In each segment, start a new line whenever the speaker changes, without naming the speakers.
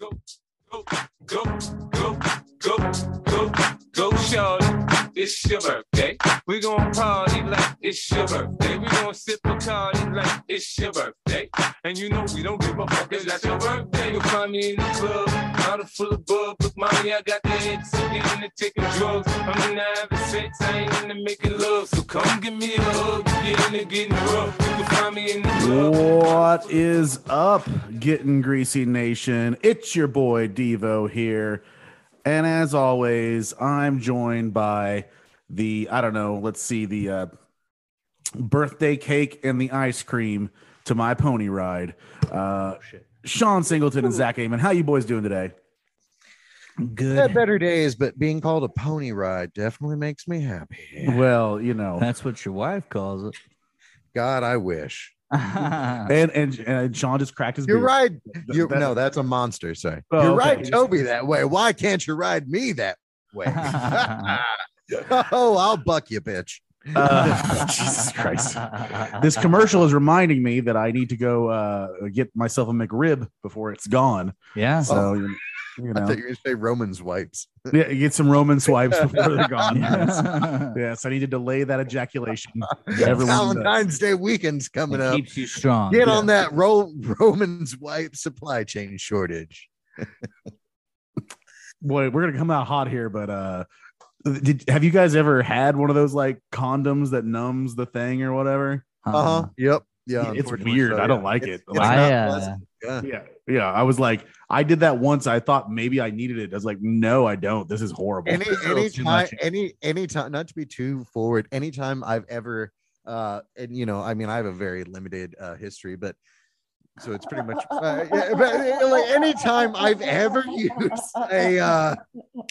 go, go, go, go, go, go, go, Charlotte. It's your birthday. We gon' party like it's your birthday. We gon' sip a party like it's your birthday. And you know we don't give a fuck. It's not your birthday. You'll find me in the club, bottle full of bub. But mommy, I got the head, so get into taking drugs. I'm in the having sex, I ain't into making love. So come give me a hug, get into getting rough. You can find me in the club.
What is up, Getting Greasy Nation? It's your boy Devo here. And as always, I'm joined by the, I don't know, let's see, the uh, birthday cake and the ice cream to my pony ride. Uh,
Oh,
Sean Singleton and Zach Amon. How you boys doing today?
Had
Good.
better days, but being called a pony ride definitely makes me happy.
Well, you know,
That's what your wife calls it.
God, I wish.
I
and, and and Sean just cracked his
You're
beard.
right. You
that-
no, that's a monster. Sorry.
Oh,
You're
okay.
right, Toby, that way. Why can't you ride me that way? oh, I'll buck you, bitch.
Uh, Jesus Christ. this commercial is reminding me that I need to go uh, get myself a McRib before it's gone.
Yeah.
So you you
I
know,
thought you were gonna say Roman's wipes.
yeah, get some Roman swipes before they're gone. Yes.
Yeah.
Yes, I need to delay that ejaculation.
Yes.
Everyone, does.
Valentine's Day weekend's coming
It
up.
keeps you strong.
Get on that Ro- Roman's wipe supply chain shortage.
boy, we're gonna come out hot here. But uh, did have you guys ever had one of those like condoms that numbs the thing or whatever?
Uh-huh.
Uh huh. Yep. Yeah.
Yeah, Uh-huh. it's
unfortunately
weird.
so,
I don't
yeah.
like
It's-
it.
it's
Like,
not
I, uh,
pleasant. Yeah.
Yeah, yeah. I was like, I did that once. I thought maybe I needed it. I was like, no, I don't. This is horrible.
any
It's
any
too
time
much.
any any time not to be too forward anytime i've ever uh and you know i mean i have a very limited uh history but so it's pretty much uh, yeah, but uh, like anytime i've ever used a uh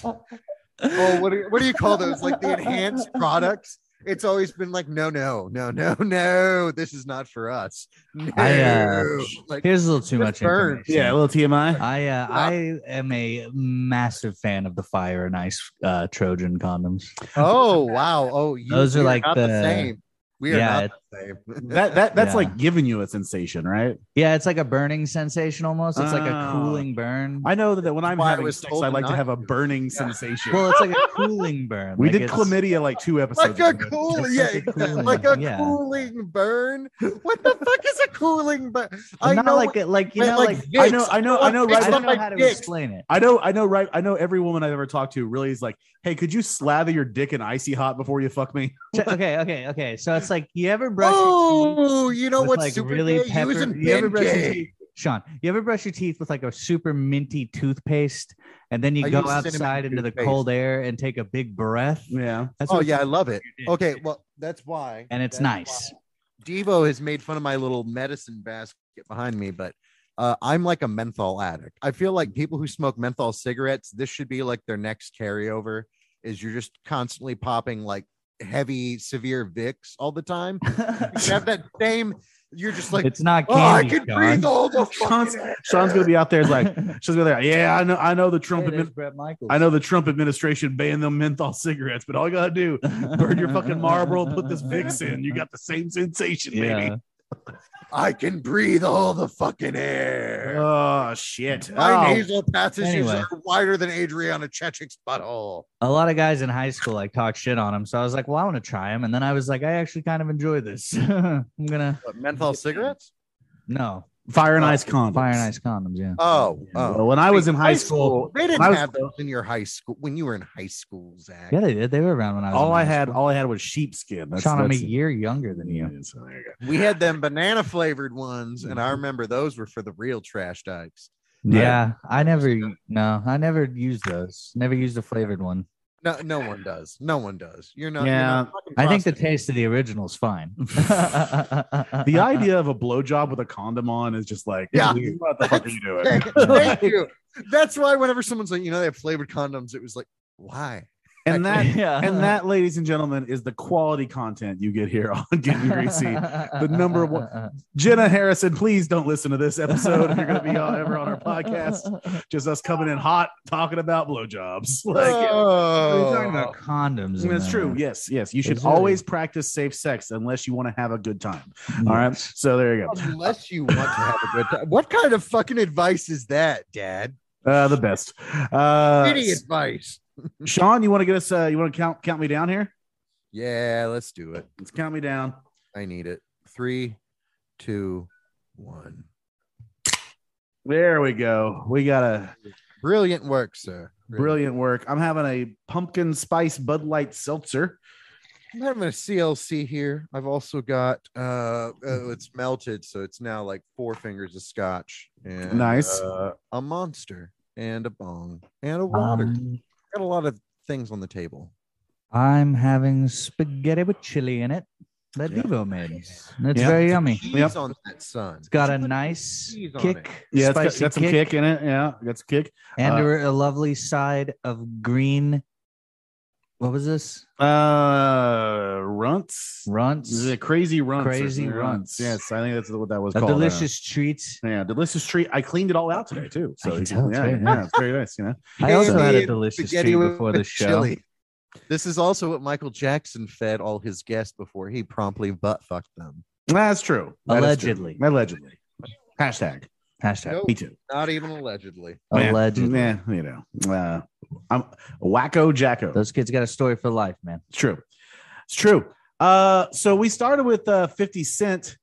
well what do, what do you call those like the enhanced products it's always been like no no no no no this is not for us no.
I, uh,
like
Here's a little too much.
Just burn.
information.
yeah, a little TMI.
I uh, I am a massive fan of the fire and ice uh, Trojan condoms.
oh wow oh you,
Those are
we
like
not the,
the-
same we are
yeah,
not the same
That that that's
Yeah.
like giving you a sensation, right?
Yeah, it's like a burning sensation almost. It's like a
Oh.
cooling burn.
I know that when I'm
Why I
having
was
sex,
told
I
to
like to
not
have a
do it.
burning sensation.
well, it's like a cooling burn.
we
Like,
did
it's-
chlamydia like two episodes.
like a
ago.
cooling,
Just
yeah,
like a
exactly,
cooling,
like a
yeah.
cooling burn. What the fuck is a cooling burn?
But
I
not
know
like it, like you
like-
know,
like
like,
Vicks.
I know, I know, I know,
Vicks
right?
I
on
don't know
my
how to
dick.
explain it.
I know, I know, right? I know every woman I've ever talked to really is like, "Hey, could you slather your dick in icy hot before you fuck me?"
Ch- okay, okay, okay. So it's like you ever brush your teeth
Oh, you know
with
what's
like
super
really
gay?
pepper?
Using
you ever
Ben
brush your
Gay.
teeth, Sean? You ever brush your teeth with like a super minty toothpaste, and then you
I
go
use cinnamon
outside into the
toothpaste.
cold air and take a big breath?
Mm. Yeah,
That's
Oh
what-
yeah, I love it.
you did.
Okay, well that's why.
and it's
that's
nice.
why. Devo has made fun of my little medicine basket behind me, but. Uh, I'm like a menthol addict. I feel like people who smoke menthol cigarettes, this should be like their next carryover. Is you're just constantly popping like heavy, severe Vicks all the time. you have that same. You're just like,
it's not
oh,
candy.
I can
Sean.
breathe all the
Sean's,
fucking
Sean's gonna be out there. It's like she's gonna be like, "Yeah, I know, I know the Trump,
Hey, there's
admin-
Bret Michaels.
I know the Trump administration banned them menthol cigarettes, but all you gotta do, burn your fucking Marlboro, put this Vicks in, you got the same sensation,
Yeah.
baby."
I can breathe all the fucking air.
Oh shit!
My
Oh.
nasal passages
Anyway.
are wider than Adriana Chechik's butthole.
A lot of guys in high school like talk shit on them, so I was like, "Well, I want to try them," and then I was like, "I actually kind of enjoy this." I'm gonna
What, menthol cigarettes?
Uh,
no
Fire and ice condoms.
fire and ice condoms. Yeah.
Oh, oh.
Well, when I was in high school,
They didn't
when I was-
have those in your high school when you were in high school, Zach.
Yeah, they did. They were around when I was.
all
in
I
high
had,
school.
all I had was sheepskin. That's,
Sean, I'm a
that's-
year younger than you.
Yeah, so there you go.
We had them banana flavored ones, and
Mm-hmm.
I remember those were for the real trash types.
Right.
Yeah, I never. No, I never used those. Never used a flavored one.
No, no one does. No one does. You're not.
Yeah.
You're not fucking
I think the
prostitute.
taste of the original's fine.
The
the
idea of a blowjob with a condom on is just like,
Yeah.
what the fuck are you doing?
Thank, thank you. That's why whenever someone's like, you know, they have flavored condoms, it was like, why?
And that,
yeah.
and that, ladies and gentlemen, is the quality content you get here on Getting Greasy. the number one- Jenna Harrison, please don't listen to this episode if you're going to be on, ever on our podcast. Just us coming in hot talking about blowjobs. Like,
oh.
We're talking about condoms.
I mean,
in
it's
there.
true. Yes, yes. You should
It's really-
always practice safe sex unless you want to have a good time. All right. So there you go.
Unless you want to have a good time. What kind of fucking advice is that, Dad?
Uh, the best. Uh,
Any advice?
Sean, you want to get us? Uh, you want to count count me down here?
Yeah, let's do it.
Let's count me down.
I need it. Three, two, one.
There we go. We got a
Brilliant work, sir.
brilliant work. I'm having a pumpkin spice Bud Light seltzer.
I'm having a CLC here. I've also got uh, uh it's melted, so it's now like four fingers of scotch and
Nice.
uh, a monster and a bong and a water.
Um,
got a lot of things on the table.
I'm having spaghetti with chili in it that
Yeah.
Devo made. And It's
Yeah.
very yummy.
Cheese
Yep.
on that son.
It's got a
Put
nice
cheese on it.
kick,
Yeah, it's got,
spicy
got some kick. in it. Yeah, got some kick.
and
Uh,
a, a lovely side of green. What was this?
Uh, runts.
Runts.
This is a crazy runts. or
Crazy
something.
runts.
Yes, I think that's what that was
a
called. uh,
delicious treat.
yeah, delicious treat. I cleaned it all out today too. So
can
you
tell, it's
yeah, yeah,
very nice.
it's very nice. You know,
I also had
Candy
a
and
delicious
spaghetti
treat
with-
before the
with
show.
chili. This is also what Michael Jackson fed all his guests before he promptly butt fucked them.
that's true. That is true.
Allegedly.
Allegedly. Hashtag.
Hashtag.
Nope.
Me too.
Not even allegedly.
Yeah.
Allegedly.
Yeah, you know, uh, I'm wacko jacko.
Those kids got a story for life, man.
It's true. It's true. Uh, so we started with uh, 50 Cent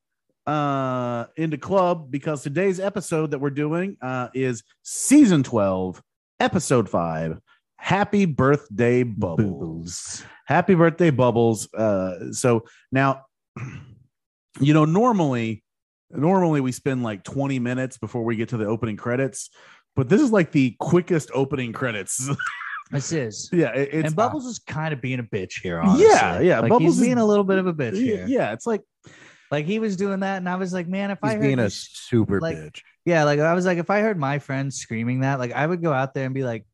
uh, into club because today's episode that we're doing uh, is season 12, episode five. Happy birthday, Bubbles. Happy birthday, Bubbles. Uh, so now, you know, normally, normally we spend like 20 minutes before we get to the opening credits, but this is like the quickest opening credits.
This is.
yeah, it- it's
and Bubbles is kind of being a bitch here, honestly.
Yeah, yeah,
Like
Bubbles
he's
is-
being a little bit of a bitch
yeah,
here.
yeah, it's like
Like he was doing that, and I was like, man, if I
He's
heard
being a
this-
super
like-
bitch.
yeah, like I was like, if I heard my friends screaming that, like I would go out there and be like,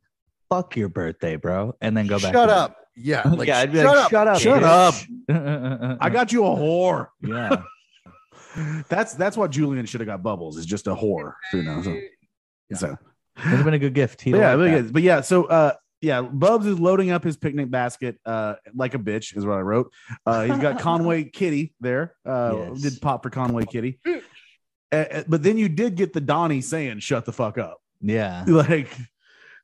"Fuck your birthday, bro," and then go back.
Shut
to
up. Yeah.
bed.
like,
yeah, I'd be
shut
like,
up.
"Shut up,
Shut
bitch."
I got you a whore.
yeah.
That's that's why Julian should have got bubbles. Is just a whore, you know. So, so.
Would have been a good gift. He
yeah,
liked
but
that.
yeah, but yeah. So uh, yeah, Bubs is loading up his picnic basket uh like a bitch is what I wrote. Uh, he's got Conway Kitty there. Uh,
Yes.
did pop for Conway Kitty. Uh, uh, but then you did get the Donnie saying "shut the fuck up,"
yeah.
like.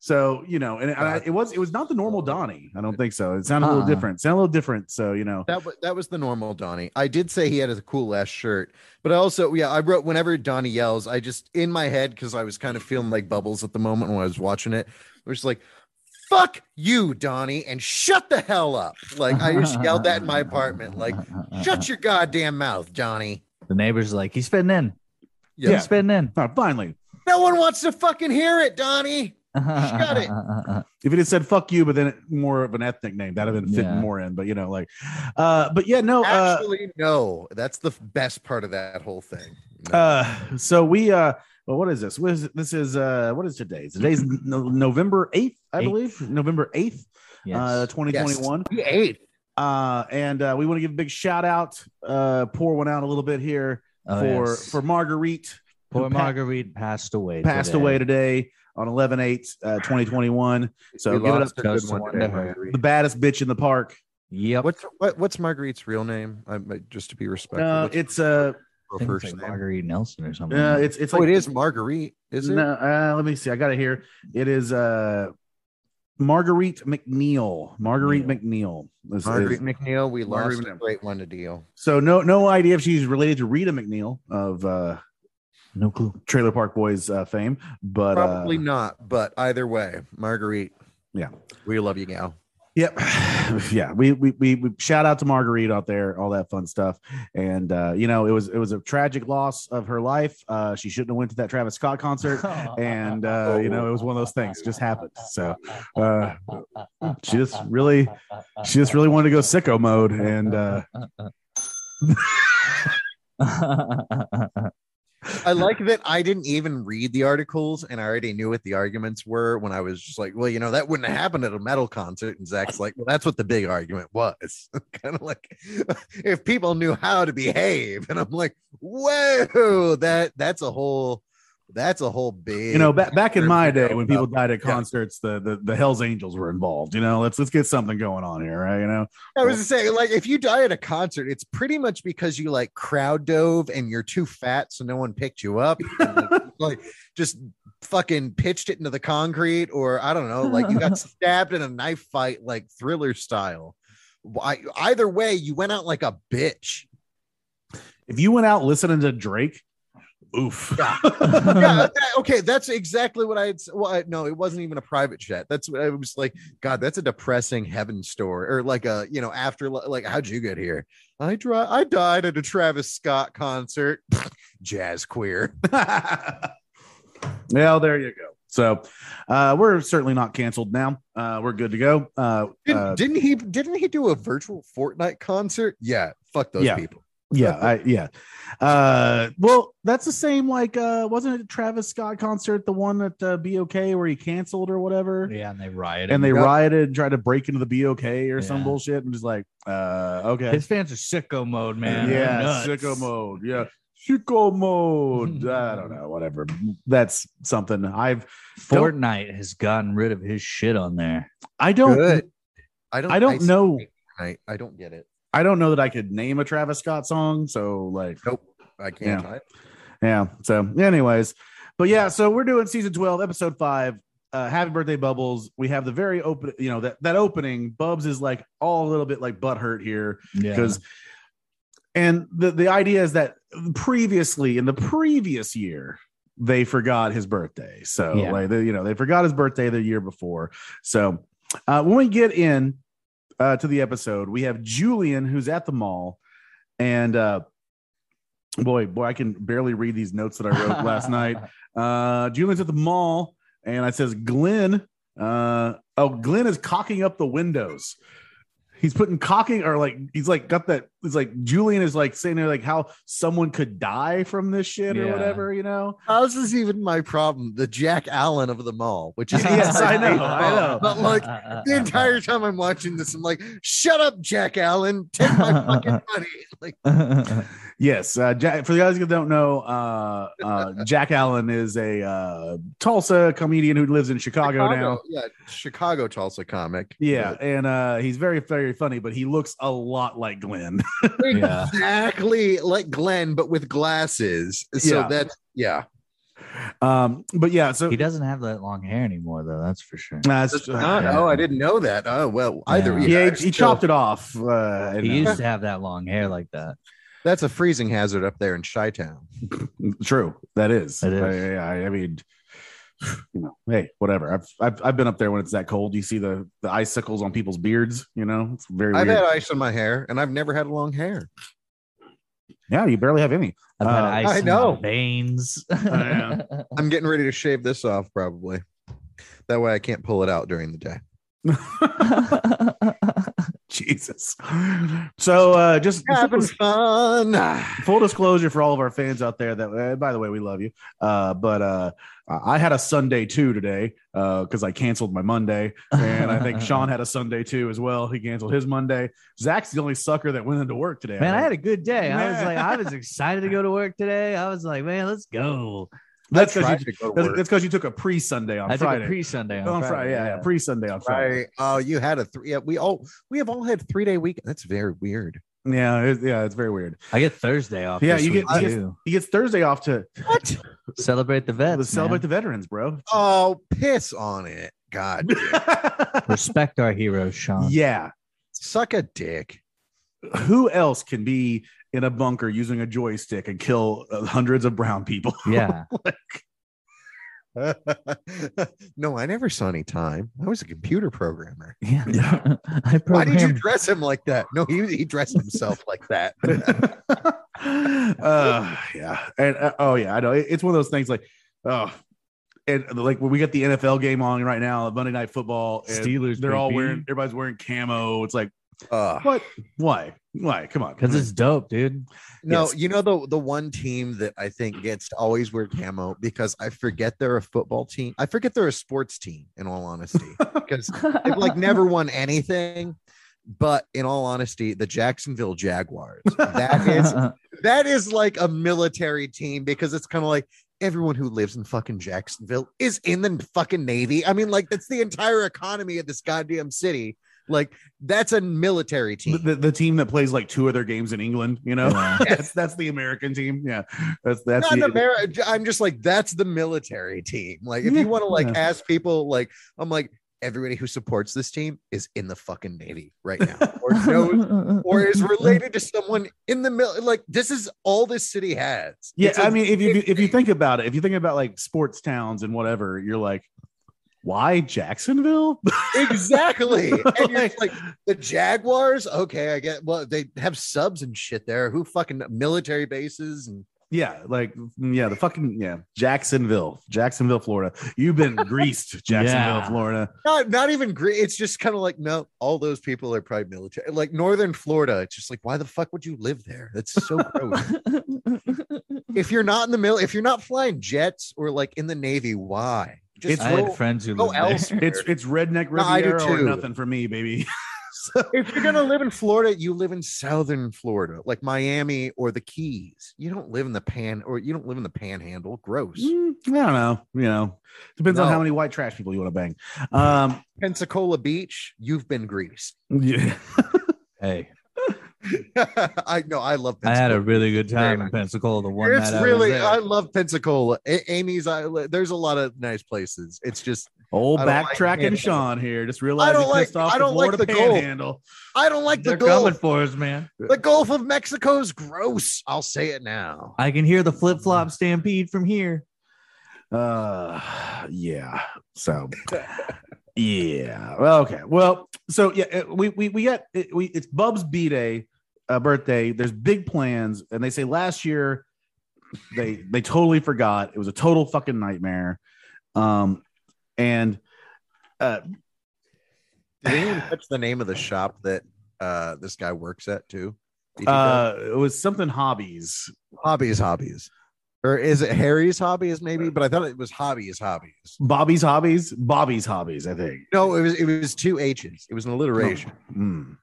So you know, and, and I, it was it was not the normal Donnie. I don't think so. It sounded a little
Uh-uh.
different. Sounded a little different. So you know,
That was that was the normal Donnie. I did say he had a cool ass shirt, but I also yeah I wrote whenever Donnie yells, I just in my head because I was kind of feeling like bubbles at the moment when I was watching it. I was just like, "Fuck you, Donnie," and shut the hell up. Like I just yelled that in my apartment, like,
Uh,
"Shut your goddamn mouth, Donnie."
The neighbors like he's fitting in.
Yeah.
He's fitting in.
Oh, finally,
No one wants to fucking hear it, Donnie.
Shut
it.
if it had said "fuck you," but then it- more of an ethnic name, that'd have been fitting
Yeah.
more in. But you know, like, uh, but yeah, no. Uh,
Actually, no. That's the f- best part of that whole thing. No.
uh, so we, uh, well, what is this? What is this? Is uh, what is today? Today's no, November eighth, I
Eighth.
believe, November eighth, uh, twenty twenty one.
You ate.
Uh, and uh, we want to give a big shout out, uh, pour one out a little bit here
Oh,
for
yes.
for Marguerite
poor
who pa-
Marguerite passed away.
passed away today on 11 8 uh, 2021 so
We
give it up
lost a good
Just
one today,
wonderful.
Marguerite.
the baddest bitch in the park
Yep.
What's what, what's Marguerite's real name? I, I- just to be respectful,
uh,
what's
it's uh,
her
I think it's
first
like
name?
Marguerite Nelson or something.
uh it's it's
oh,
like
it is Marguerite, is it?
No, uh, let me see. I got it here. It is uh, Marguerite McNeil. Marguerite McNeil. is- is-
Marguerite McNeil. We lost
Marguerite
a
McNeil.
great one to deal.
So no, no idea if she's related to Rita McNeil of uh,
No clue.
Trailer Park Boys uh, fame, but uh,
Probably not, but either way, Marguerite.
Yeah.
we love you, gal.
Yep. yeah. We, we we we shout out to Marguerite out there, all that fun stuff. And uh, you know, it was it was a tragic loss of her life. Uh, she shouldn't have went to that Travis Scott concert. And uh, you know, it was one of those things just happened. So uh, she just really she just really wanted to go sicko mode and uh
I like that I didn't even read the articles and I already knew what the arguments were when I was just like, well, you know, that wouldn't have happened at a metal concert. And Zach's like, well, that's what the big argument was. kind of like if people knew how to behave. And I'm like, whoa, that that's a whole that's a whole big
you know ba- back in my day when people
Yeah.
died at concerts the, the the hells angels were involved you know let's let's get something going on here right you know
I was just saying, like, if you die at a concert, it's pretty much because you like crowd dove and you're too fat, so no one picked you up. And, like, like, just fucking pitched it into the concrete, or I don't know, like you got stabbed in a knife fight, like thriller style. Why, either way, you went out like a bitch.
If you went out listening to Drake, oof.
Yeah. yeah, that- okay, that's exactly what I had. s- Well, I, no, it wasn't even a private chat. That's what I was like. God, that's a depressing heaven story, or like a you know after like how'd you get here? I dri- I died at a Travis Scott concert. Jazz queer.
well, there you go. So uh, we're certainly not canceled now. Uh, we're good to go. Uh,
Didn't,
uh,
didn't he? Didn't he do a virtual Fortnite concert? Yeah, fuck those
Yeah.
people.
yeah, I, yeah. Uh, well, that's the same. Like, uh, wasn't it Travis Scott concert the one at uh, BOK where he canceled or whatever?
yeah, and they rioted.
And they
Yep.
rioted and tried to break into the BOK or some
Yeah.
bullshit. And just like, uh, okay,
his fans are sicko mode, man. They're
yeah,
nuts.
sicko mode. Yeah, sicko mode. I don't know. Whatever. That's something I've.
Fortnite has gotten rid of his shit on there.
I don't.
Good. I don't.
I don't
see
know.
Fortnite. I don't get it.
I don't know that I could name a Travis Scott song. So like,
Nope. I can't. I-
yeah. So, anyways, but yeah. So we're doing season twelve, episode five. Uh, happy birthday, Bubbles. We have the very open. You know that that opening. Bubs is like all a little bit like butthurt here
Yeah,
because and the, the idea is that previously in the previous year they forgot his birthday so
Yeah.
like they, you know they forgot his birthday the year before so uh, when we get in uh, to the episode we have julian who's at the mall and uh, boy boy i can barely read these notes that i wrote last night uh, julian's at the mall and i says glenn uh, oh glenn is cocking up the windows he's putting cocking or like he's like got that it's like julian is like saying there like how someone could die from this shit or
Yeah.
whatever you know
How's this even my problem? The Jack Allen of the mall, which is
Yes, I know, I know.
But like the entire time I'm watching this, I'm like, shut up, Jack Allen, take my fucking money. Like,
yes uh jack for the guys that don't know uh uh jack allen is a uh tulsa comedian who lives in chicago, now
yeah, Chicago Tulsa comic.
yeah and uh he's very very funny but he looks a lot like glenn
yeah.
exactly like Glenn, but with glasses. So
Yeah.
that's yeah,
um but yeah so uh,
He doesn't have that long hair anymore, though. That's for sure.
that's
oh, no, I didn't know that. Oh well, either
Yeah.
yeah,
I'm
he, he
still-
chopped it off uh and,
He
uh,
used to have that long hair like that.
That's a freezing hazard up there in Chi Town.
True, that is.
It is.
I, I, I mean, you know, hey, whatever. I've, I've I've been up there when it's that cold. You see the the icicles on people's beards. You know, it's very
I've
weird.
had ice on my hair, and I've never had long hair.
yeah, you barely have any.
I've had
Uh,
ice
I
in my
know.
veins.
yeah.
I'm getting ready to shave this off probably. That way I can't pull it out during the day.
Jesus. So uh, just
Having fun.
full disclosure for all of our fans out there that uh, by the way we love you uh, but uh, i had a sunday too today because i canceled my monday and i think sean had a sunday too as well he canceled his monday zach's the only sucker that went into work today
Man, I had a good day. I was
Yeah.
like, I was excited to go to work today. I was like, man, let's go.
that's because you,
to go to
that's- that's 'cause you took a pre-sunday on
I took
friday
a pre-Sunday on,
on friday yeah, yeah, pre-sunday on friday
Right. Oh, you had a three. Yeah, we all we have all had three day week. That's very weird.
yeah it, yeah it's very weird
I get Thursday off.
Yeah,
this
you get- you
week,
get-
too.
he gets thursday off to
What?
celebrate the vets.
celebrate
man.
the veterans bro
Oh, piss on it. God,
respect our heroes, Sean.
yeah
suck a dick.
who else can be in a bunker using a joystick and kill uh, hundreds of brown people
yeah.
no, I never saw any time. I was a computer programmer.
Yeah.
Yeah.
I programmed.
Why did you dress him like that? No, he he dressed himself like that.
uh, yeah, and uh, oh yeah, I know It- it's one of those things like, oh, and like when we got the NFL game on right now, Monday Night Football, and
Steelers.
They're all wearing, everybody's wearing camo. It's like,
Ugh.
what? Why? Why? Come on,
because it's dope, dude.
No,
Yes.
you know the the one team that I think gets to always wear camo because I forget they're a football team. I forget they're a sports team. In all honesty, because they've like never won anything. But in all honesty, the Jacksonville Jaguars that is that is like a military team because it's kind of like everyone who lives in fucking Jacksonville is in the fucking Navy. I mean, like that's the entire economy of this goddamn city. Like that's a military
The,
team.
the, the team that plays like two of their games in England, you know,
Yeah.
that's that's the American team. Yeah, that's that's
Not
the,
in Ameri- I'm just like that's the military team. Like if
Yeah,
you want to like
yeah.
ask people, like I'm like everybody who supports this team is in the fucking navy right now, or knows, or is related to someone in the middle. Like this is all this city has.
Yeah,
It's a-
I mean, if you if you think about it, if you think about like sports towns and whatever, you're like, why Jacksonville?
exactly. And you're
Like-
like the Jaguars. Okay, I get. Well, they have subs and shit there. Who fucking military bases and
yeah, like yeah, the fucking yeah, Jacksonville, Jacksonville, Florida. You've been greased, Jacksonville,
Yeah.
Florida.
not not even great. It's just kind of like no, all those people are probably military. Like Northern Florida, it's just like why the fuck would you live there? That's so gross. if you're not in the middle, if you're not flying jets or like in the Navy, why? Just
It's
I
go,
had friends who
go
lived there.
elsewhere.
It's it's redneck
No, I do
Riviera or
too.
nothing for me, baby.
if you're gonna live in Florida, you live in Southern Florida, like Miami or the Keys. You don't live in the pan or you don't live in the Panhandle. Gross.
Mm, I don't know. You know, depends on
No.
how many white trash people you want to bang. Um,
Pensacola Beach, you've been greased.
yeah.
Hey,
I know. I love.
I had a
Pensacola.
really good
Very
time in
nice.
Pensacola. The one
It's
night
really. I,
I was
love Pensacola. A- Amy's Island. There's a lot of nice places. It's just
old
I don't like
backtracking
Panhandle.
Sean here. Just realized
don't like-
pissed off
I
the
don't like
Florida
the goal.
Panhandle.
I don't like
there.
the
they're coming
Gulf.
for us, man.
The Gulf of Mexico is gross. I'll say it now.
I can hear the flip flop stampede from here.
Uh, yeah. So, yeah. Well, okay. Well, so yeah, it- we we we got it, we it's Bub's B day uh, birthday. There's big plans, and they say last year they they totally forgot. It was a total fucking nightmare. Um, and uh,
Did anyone catch the name of the shop that uh, this guy works at too? Did you guys-
uh, it was something hobbies.
hobbies, hobbies, or is it Harry's hobbies? Maybe, but I thought it was hobbies, hobbies.
Bobby's hobbies. Bobby's hobbies. I think.
No, it was it was two H's. It was an alliteration.
Hmm.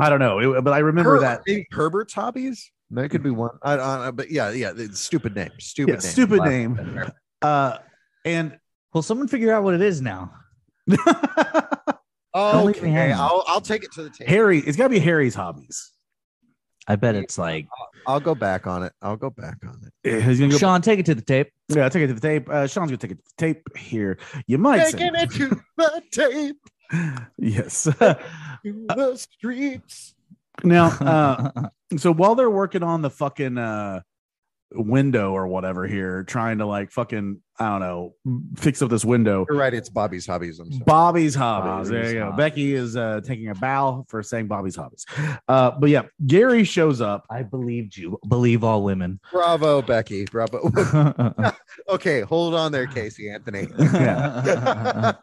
I don't know, It- but I remember
Her-
that
maybe Herbert's hobbies? That could be one. I, I, but yeah, yeah, it's stupid name. Stupid
Yeah,
name.
stupid
Wow.
name. Uh, and
Well, someone figure out what it is now. Don't leave me
Oh, Okay,
hanging.
I'll, I'll take it to the table.
Harry, it's got to be Harry's hobbies.
I bet it's like
I'll go back on it. I'll go back on it.
Eh, He's gonna go.
Sean, take it to the tape.
yeah, I'll take it to the tape. Uh, Sean's gonna take it to the tape here. You might say
Taking it to the tape,
yes.
to the streets.
now, uh, so while they're working on the fucking uh, window or whatever here, trying to like fucking I don't know, fix up this window.
You're right. It's Bobby's hobbies. I'm sorry.
Bobby's hobbies.
Bobby's
there you go.
Hobbies.
Becky is uh, taking a bow for saying Bobby's hobbies. Uh, but yeah, Gary shows up.
I believed you. Believe all women.
Bravo, Becky. Bravo.
yeah.
okay, hold on there, Casey Anthony. I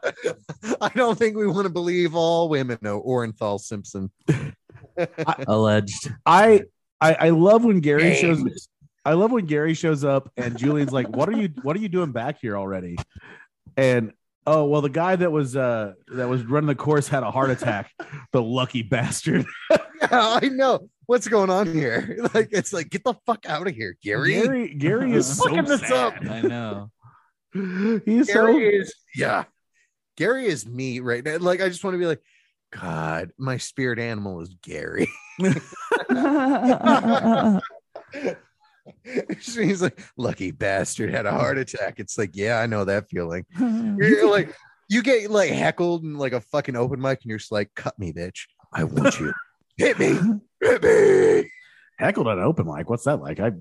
don't think we want to believe all women know Orenthal Simpson.
Alleged.
I I, I love when Gary shows. I love when Gary shows up and Julian's like, "What are you? What are you doing back here already?" And oh well, the guy that was uh that was running the course had a heart attack. the lucky bastard.
Yeah, I know. What's going on here? Like, it's like, get the fuck out of here, Gary.
Gary, Gary is so
Fucking this up.
sad.
I know.
He is so
Gary is, yeah. Gary is me right now. Like, I just want to be like, God, my spirit animal is Gary. He's like, lucky bastard had a heart attack. It's like, yeah, I know that feeling. You're like, you get like heckled and like a fucking open mic, and you're just like, cut me, bitch. I want you. Hit me. Hit me.
heckled at an open mic. What's that like? I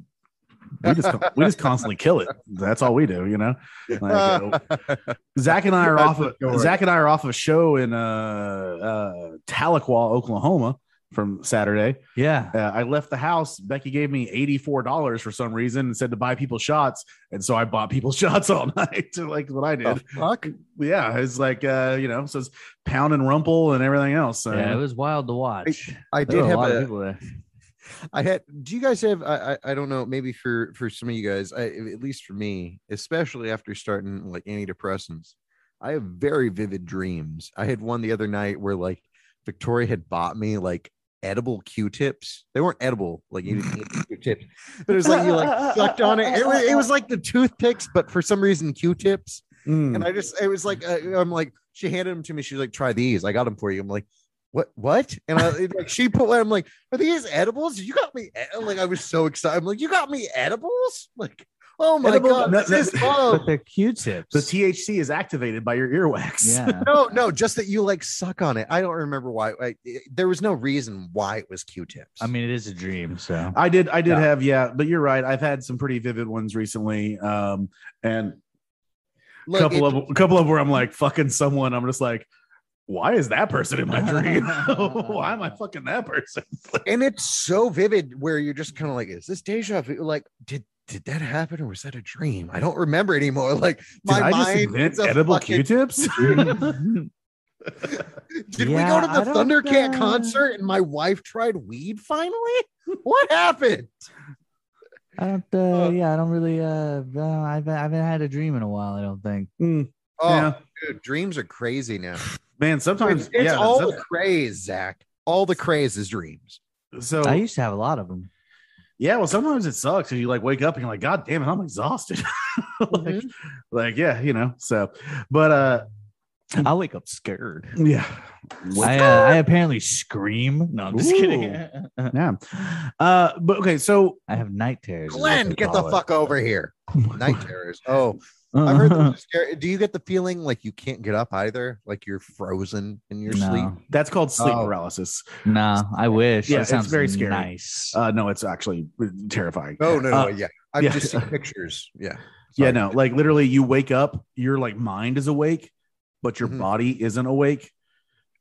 we just we just constantly kill it. That's all we do, you know. Like, uh, Zach and I are
That's
off. Of,
adorable.
Zach and I are off a show in uh, uh, Tahlequah, Oklahoma, from Saturday.
Yeah.
Uh, I left the house. Becky gave me eighty four dollars for some reason and said to buy people shots, and so I bought people shots all night. like what I
The
did.
fuck?
Yeah, it's like uh, you know, so it's pound and rumple and everything else. So
Yeah, it was wild to watch.
I
There
did
were a
have
lot of
a.
people there.
I had. Do you guys have? I, I I don't know. Maybe for for some of you guys, I, at least for me, especially after starting like antidepressants, I have very vivid dreams. I had one the other night where like Victoria had bought me like edible Q-tips. They weren't edible, like you didn't eat Q-tips, but it was like you like sucked on it. It was, it was like the toothpicks, but for some reason Q-tips.
Mm.
And I just, it was like, uh, I'm like, she handed them to me. She's like, try these. I got them for you. I'm like, what? What? And I it, like, she put. I'm like, are these edibles? You got me. e-" Like, I was so excited. I'm like, you got me edibles? Like, oh my
Edible-
god,
no,
this
no.
is oh, love.
But they're Q-tips.
the THC is activated by your earwax.
yeah.
No, no, just that you like suck on it. I don't remember why. I, there was no reason why it was Q-tips.
I mean, it is a dream. So
I did. I did
Yeah.
have. Yeah, but you're right. I've had some pretty vivid ones recently. Um, and a
Look,
couple
it-
of a couple of where I'm like fucking someone. I'm just like, why is that person in my dream? why am I fucking that person?
and it's so vivid where you're just kind of like, is this deja vu? Like, did did that happen or was that a dream? I don't remember anymore. Like
Did
my
I just
mind.
invent
is a
edible
fucking-
Q-tips?
Did
Yeah,
we go
I
to the
don't,
Thundercat
uh,
concert and my wife tried weed finally? What happened?
I don't. Uh, yeah, I don't really. Uh, uh, I've I haven't had a dream in a while. I don't think.
Mm,
Oh,
yeah,
dude, dreams are crazy now.
man. Sometimes
It's, it's
yeah.
all
some-
the craze, Zach. All the craze is dreams.
so
I used to have a lot of them.
yeah, well, sometimes it sucks because you like wake up and you're like, God damn it, I'm exhausted. like,
Mhm.
like, yeah, you know. So, but uh,
I wake up scared.
yeah.
I, uh, I apparently scream. No, I'm just kidding.
Yeah. Uh, but okay, so
I have night terrors. is what
Glenn,
they
get the
call it.
fuck over here. Night terrors. Oh, I've heard those are scary. Do you get the feeling like you can't get up either? Like you're frozen in your sleep?
No,
that's called sleep
Oh.
paralysis.
no, I wish.
Yeah,
that
it's
sounds
very scary.
Nice.
Uh, no, it's actually terrifying.
No, no, no.
Uh,
yeah. I've
yeah.
just seen pictures. Yeah.
Yeah,
Oh, Sorry.
no, like literally, you wake up, your like mind is awake, but your
Mhm.
body isn't awake,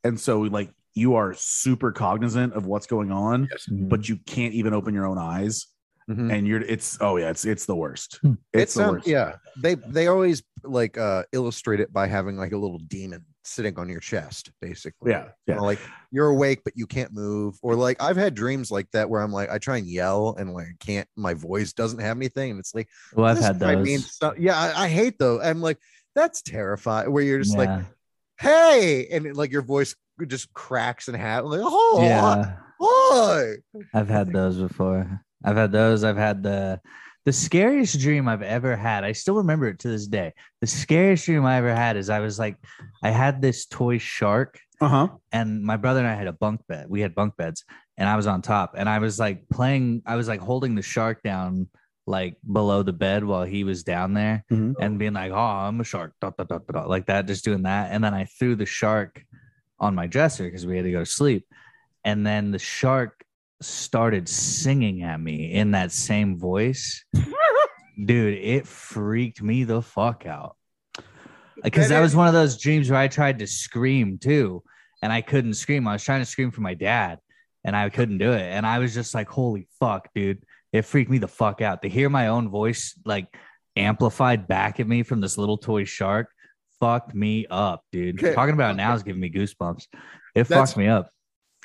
and so like you are super cognizant of what's going on,
Mm.
but you can't even open your own eyes,
Mhm.
and you're it's oh yeah, it's it's the worst.
Hmm.
It's
It's
the
um,
worst.
yeah. They they always like uh illustrate it by having like a little demon sitting on your chest, basically.
yeah,
You
yeah.
know, like you're awake but you can't move, or like I've had dreams like that where I'm like I try and yell and like I can't, my voice doesn't have anything, and it's like
well, I've
this
had
might
those.
mean so- yeah, I, I hate though. I'm like that's terrifying. Where you're just like
Yeah.
hey, and it, like your voice just cracks in half. Like, oh,
yeah.
boy.
I've had those before. I've had those. I've had the the scariest dream I've ever had. I still remember it to this day. The scariest dream I ever had is I was like, I had this toy shark,
Uh huh.
and my brother and I had a bunk bed. We had bunk beds, and I was on top, and I was like playing. I was like holding the shark down, like below the bed, while he was down there,
mm-hmm.
Mhm.
and being like, "Oh, I'm a shark," dot, dot, dot, dot, dot, like that, just doing that. And then I threw the shark on my dresser because we had to go to sleep, and then the shark started singing at me in that same voice. Dude, it freaked me the fuck out. Because
That
that
is-
was one of those dreams where I tried to scream too, and I couldn't scream. I was trying to scream for my dad, and I couldn't do it. And I was just like, holy fuck, dude. It freaked me the fuck out to hear my own voice like amplified back at me from this little toy shark. Fucked me up, dude.
Okay.
Talking about it now is giving me goosebumps. It
That's-
fucked me up.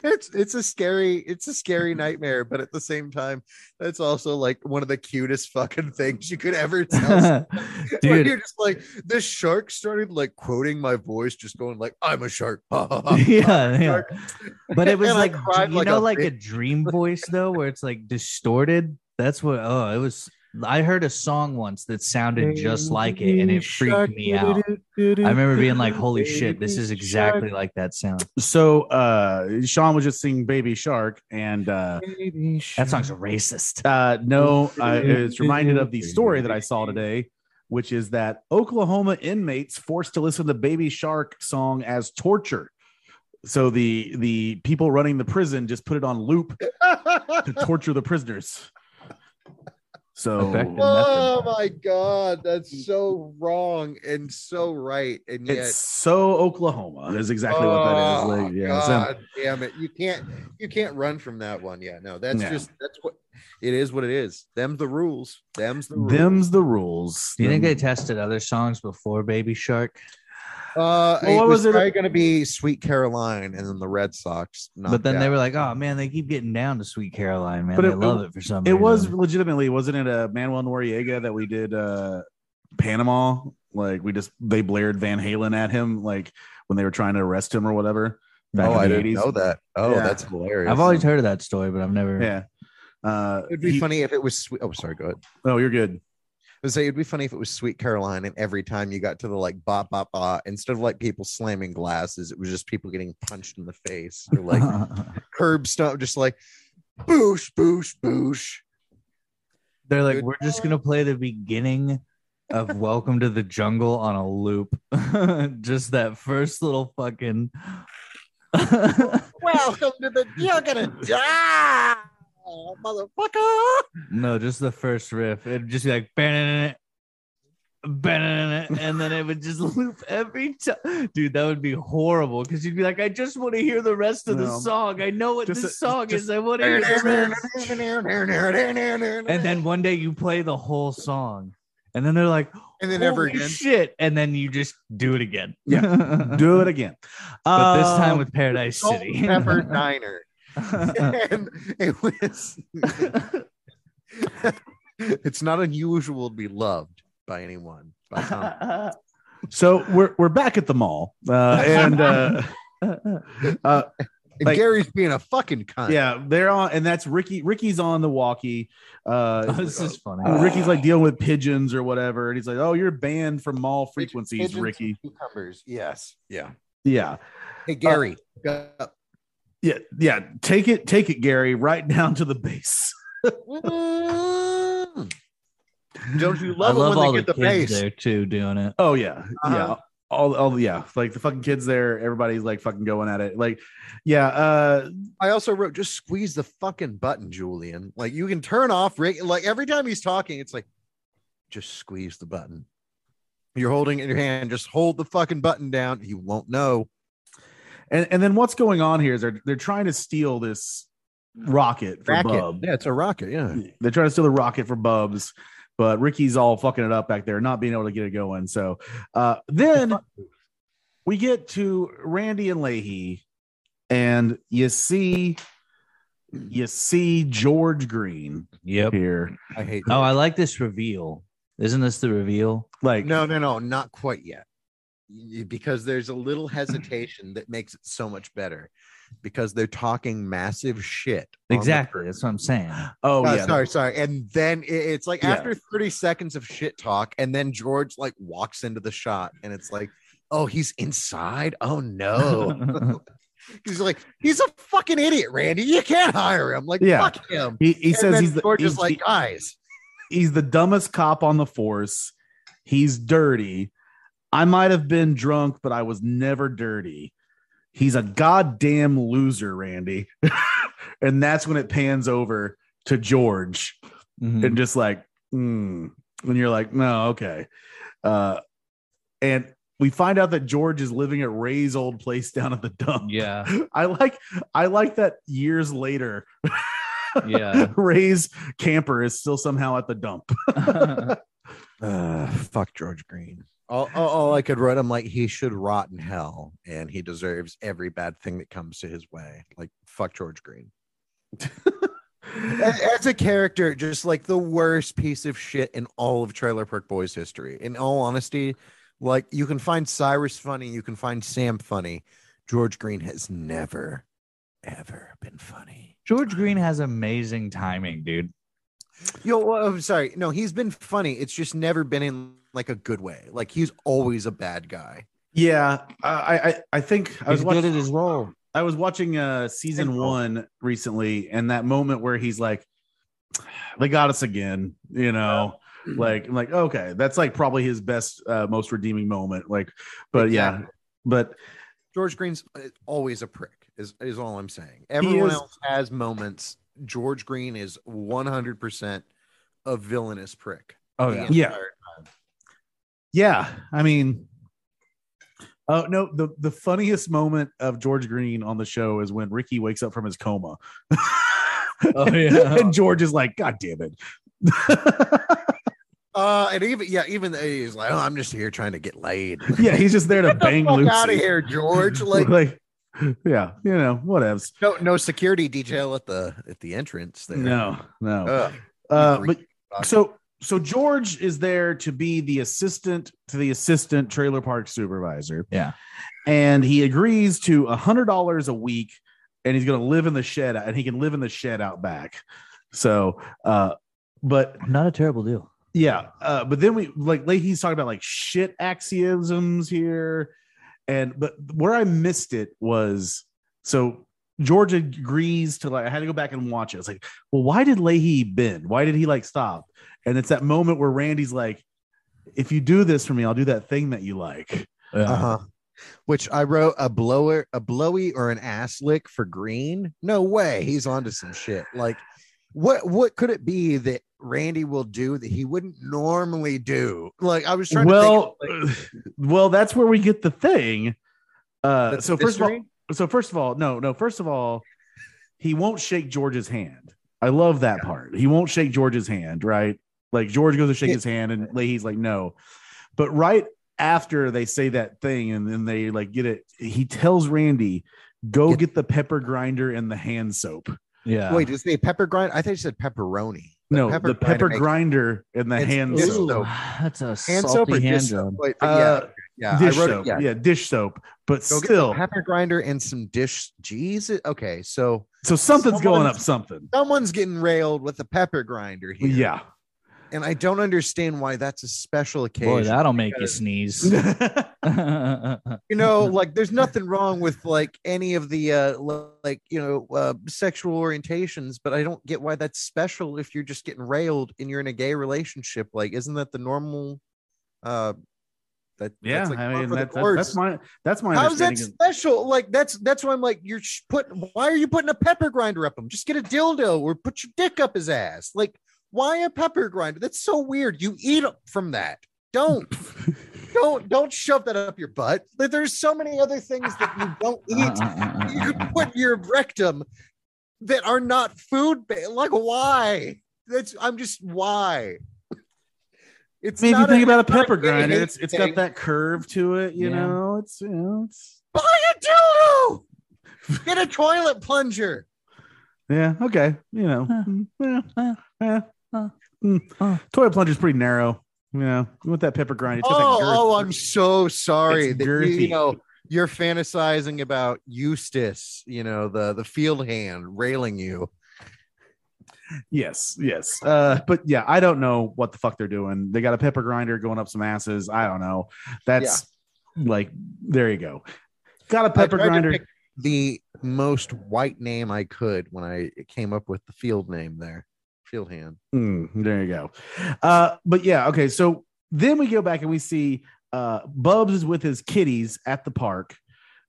It's it's a scary it's a scary
Mm-hmm.
nightmare, but at the same time, that's also like one of the cutest fucking things you could ever tell. someone. Where
dude,
you're just like this shark started like quoting my voice, just going like I'm a shark.
yeah, yeah. But it was
And I
like
cried
you
like
know,
a
like a
bitch.
dream voice though, where it's like distorted. That's what. Oh, it was. I heard a song once that sounded just like it, and it freaked me out. I remember being like, "Holy shit, this is exactly like that sound."
So uh, Sean was just singing "Baby Shark," and uh,
That song's racist.
Uh, no, I it's reminded of the story that I saw today, which is that Oklahoma inmates forced to listen to Baby Shark song as torture. So the the people running the prison just put it on loop to torture the prisoners.
Effective.
So
oh my god, that's so wrong and so right, and yet
Mm. it's so Oklahoma is exactly what that is.
Oh,
Like, yeah, so-
God damn it. You can't you can't run from that one. Yeah, no, that's
Yeah.
just that's what it is what it is. Them's the rules. Them's the rules.
them's the rules.
Do you think they tested other songs before Baby Shark?
uh
Well,
it
what
was,
was it-
probably gonna be Sweet Caroline and then the Red Sox. knocked
But then they
out.
were like, "Oh man, they keep getting down to Sweet Caroline, man.
But
they
it-
love it for some
It
reason."
was legitimately, wasn't it? A Manuel Noriega that we did uh Panama. Like we just they blared Van Halen at him, like when they were trying to arrest him or whatever.
Oh,
in
I
the
didn't
80s.
know that. Oh,
Yeah.
that's hilarious.
I've always heard of that story, but I've never.
Yeah. Uh,
It'd be
he-
funny if it was sweet. Oh, sorry. Go ahead.
Oh, you're good.
would say it'd be funny if it was Sweet Caroline, and every time you got to the like bop bop bop, instead of like people slamming glasses, it was just people getting punched in the face or like curb stomp, just like boosh boosh boosh.
They're like,
Dude.
we're just gonna play the beginning of Welcome to the Jungle on a loop. just that first little fucking.
Welcome to the you're gonna die, motherfucker.
no, just the first riff. It'd just be like, "Ba-na-na-na, ba-na-na-na," and then it would just loop every time. Dude, that would be horrible because you'd be like, I just want to hear the rest of the
No.
song. I know what
Just
this
a-
song
just-
is. I want to hear the rest.
and
And then one day you play the whole song, and then they're like,
and then
Holy
ever again.
shit and then you just do it again
Yeah. Do it again.
but this time
Um,
with paradise
Salt
city
and Pepper Diner. and it was it's not unusual to be loved by anyone. By Tom.
so we're we're back at the mall, uh, and uh, uh,
And
Like-
Gary's being a fucking cunt.
yeah, they're on, and that's Ricky. Ricky's on the walkie. Uh,
Oh, this is funny
and Ricky's like dealing with pigeons or whatever, and he's like, "Oh, you're banned from mall frequencies,
Pigeons and
Ricky."
Cucumbers. Yes. Yeah.
Yeah,
Hey Gary. go up.
yeah, yeah. Take it, take it, Gary, right down to the base.
Don't you
i
love,
love
it when
all
they
the
get the,
kids
bass?
there too doing it
Oh yeah, yeah.
Uh-huh.
All, all, yeah. Like the fucking kids there, everybody's like fucking going at it. Like, yeah, uh,
I also wrote, just squeeze the fucking button, Julian. Like you can turn off Rick. Like every time he's talking, it's like, just squeeze the button. You're holding it in your hand. Just hold the fucking button down. You won't know.
and and then what's going on here is they're they're trying to steal this rocket for
Rocket.
Bub.
Yeah, it's a rocket. Yeah.
They're trying to steal the rocket for Bubs, but Ricky's all fucking it up back there, not being able to get it going. So uh, then we get to Randy and Leahy, and you see you see George Green
yep
here,
I hate.
oh i like this reveal isn't this the reveal
like
no, no, no, not quite yet. Y- Because there's a little hesitation that makes it so much better. Because they're talking massive shit. on the
exactly that's what i'm saying
oh
Oh,
yeah,
sorry, sorry. And then it- it's like
Yeah.
after 30 seconds of shit talk, and then George like walks into the shot, and it's like, oh, he's inside. Oh no. he's like, he's a fucking idiot, Randy. You can't hire him. Like,
Yeah.
fuck him.
he, he
And
says
then
he's the,
George
he's,
is like, guys.
he's the dumbest cop on the force. He's dirty. I might have been drunk, but I was never dirty. He's a goddamn loser, Randy. and that's when it pans over to George
Mhm.
and just like, hmm. And you're like, no, okay. Uh, and we find out that George is living at Ray's old place down at the dump.
yeah
I like I like that years later, Uh,
yeah
Ray's camper is still somehow at the dump.
Uh, fuck George Green. All, all, all I could write, I'm like, he should rot in hell, and he deserves every bad thing that comes to his way. Like, fuck George Green. A- As a character, just like the worst piece of shit in all of Trailer Park Boys history. In all honesty, like you can find Cyrus funny, you can find Sam funny. George Green has never, ever been funny.
george green has amazing timing dude
Yo, well, I'm sorry. No, he's been funny. It's just never been in like a good way. Like he's always a bad guy.
Yeah, I I, I think I was
He's
watching,
his role
I was watching uh season
Simple.
one recently, and that moment where he's like, "They got us again," you know. Like, I'm like, okay, that's like probably his best, uh, most redeeming moment. Like, but yeah, but
George Green's uh, always a prick. Is is all I'm saying. Everyone
is-
else has moments. George Green is 100 percent a villainous prick.
oh
The
yeah
Yeah.
entire-
yeah, I mean, oh no, the the funniest moment of George Green on the show is when Ricky wakes up from his coma.
oh yeah
and George is like, God damn it.
Uh, and even yeah, even though he's like, oh, I'm just here trying to get laid.
yeah, he's just there to bang
Fuck
Lucy.
out of here, George. Like
like, yeah, you know, whatevs.
no no security detail at the at the entrance there.
No, no.
Ugh.
Uh, but so so George is there to be the assistant to the assistant trailer park supervisor.
Yeah.
And he agrees to a hundred dollars a week and he's gonna live in the shed and he can live in the shed out back. So uh but
not a terrible deal
yeah uh, but then we like leahy's talking about like shit axioms here and but where i missed it was so george agrees to like i had to go back and watch it it's like well why did leahy bend why did he like stop and it's that moment where randy's like if you do this for me i'll do that thing that you like
Yeah.
Uh-huh. Which I wrote a blower, a blowy, or an ass lick for Green. No way, he's onto some shit. Like, what what could it be that Randy will do that he wouldn't normally do? Like, I was trying
well well that's where we get the thing uh
to think.
so first of all so first of all, no, no. First of all, he won't shake George's hand. I love that part. He won't shake George's hand, right? Like George goes to shake his hand, and Leahy's like, no. But right after they say that thing, and then they like get it, he tells Randy, "Go
Get-
get the pepper grinder and the hand soap."
yeah.
wait, did it say pepper grind? I think it said pepperoni.
no, the pepper
makes-
grinder and the
It's
hand
dish
soap.
soap.
That's a
hand soap
salty
or
hand
dish soap?
job.
Wait, yeah,
Uh,
yeah,
dish
I wrote
soap.
it. Yeah,
yeah, dish soap. But
Go get
still,
a pepper grinder and some dish cheese. Okay, so
so something's going
Someone's-
up. Something.
someone's getting railed with a pepper grinder here.
Yeah.
and I don't understand why that's a special occasion.
Boy, that'll make you sneeze.
you know like there's nothing wrong with like any of the uh l- like you know uh sexual orientations but i don't get why that's special if you're just getting railed and you're in a gay relationship like isn't that the normal uh that
Yeah,
that's, like,
I
par
mean
for the
that, that,
course.
that's my that's my
how's that
understanding. of-
special like that's that's why i'm like you're sh- putting why are you putting a pepper grinder up him just get a dildo or put your dick up his ass like why a pepper grinder that's so weird you eat from that don't don't don't shove that up your butt. Like, There's so many other things that you don't eat. you put in your rectum that are not food based. Like why? That's I'm just why. It's
I mean, if you
not a-
think about a
it's not
pepper
gay
grinder,
hate
it's it's got
thing.
that curve to it, you
Yeah.
know. It's you know, it's
buy a dildo. Get a toilet plunger.
yeah, okay, you know.
Huh.
Mm, Yeah,
Huh.
yeah.
Huh.
Mm.
Huh.
Toilet plunger's pretty narrow. You know, you want that pepper grinder. It's got
Oh,
that girth.
oh, I'm so sorry
It's
that you, you
girthy.
know you're fantasizing about Eustace, you know, the the field hand railing you.
yes, yes. Uh, but yeah, I don't know what the fuck they're doing. They got a pepper grinder going up some asses. I don't know. That's like there you go. Got a pepper
tried to
grinder.
pick the most white name I could when I came up with the field name there. Field hand.
Mm, there you go. Uh, but yeah, okay. So then we go back and we see uh, Bubs is with his kitties at the park.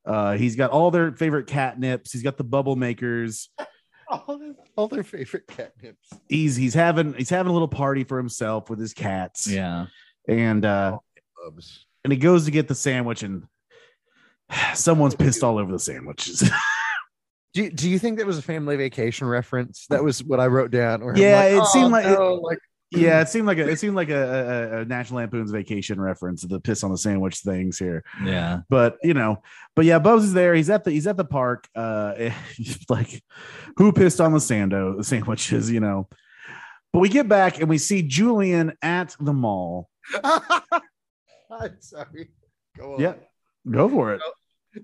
Uh, he's got all their favorite catnips. He's got the bubble makers.
All, their- all their favorite catnips.
He's he's having he's having a little party for himself with his cats.
yeah.
And uh,
Bubs.
and he goes to get the sandwich and someone's pissed all over the sandwiches.
Do, do you think that was a family vacation reference? That was what I wrote down. Or
Yeah, it seemed like it-
oh, like
yeah, it seemed like a, it seemed like a, a, a National Lampoon's Vacation reference. The piss on the sandwich things here.
Yeah.
but you know, but yeah, Bubs is there. He's at the he's at the park. Uh, like, who pissed on the sando sandwiches? You know. But we get back and we see Julian at the mall.
I'm sorry. Go on.
Yeah, go for it.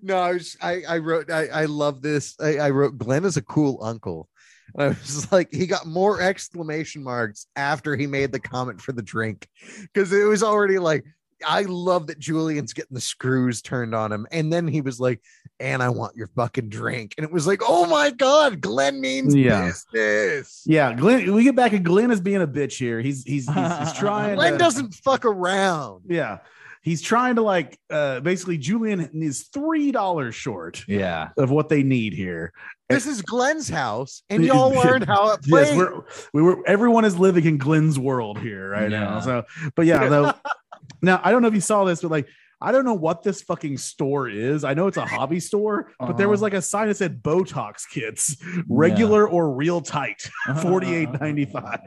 No, I was I, I wrote I, I love this. I, I wrote Glenn is a cool uncle. And I was like, he got more exclamation marks after he made the comment for the drink. Cause it was already like, I love that Julian's getting the screws turned on him. And then he was like, and I want your fucking drink. And it was like, oh my God, Glenn means
Yeah.
business.
Yeah, Glenn. We get back and Glenn is being a bitch here. He's he's he's, he's trying.
Glenn
to-
doesn't fuck around.
Yeah, he's trying to like uh basically Julian is three dollars short
Yeah.
of what they need here.
This is Glenn's house, and y'all learned how it plays.
Yes, we're we were everyone is living in Glenn's world here right now.
Yeah.
So, but yeah, though. now I don't know if you saw this, but like I don't know what this fucking store is. I know it's a hobby store, but there was
Uh-huh.
like a sign that said Botox kits, regular or real tight, forty eight ninety five.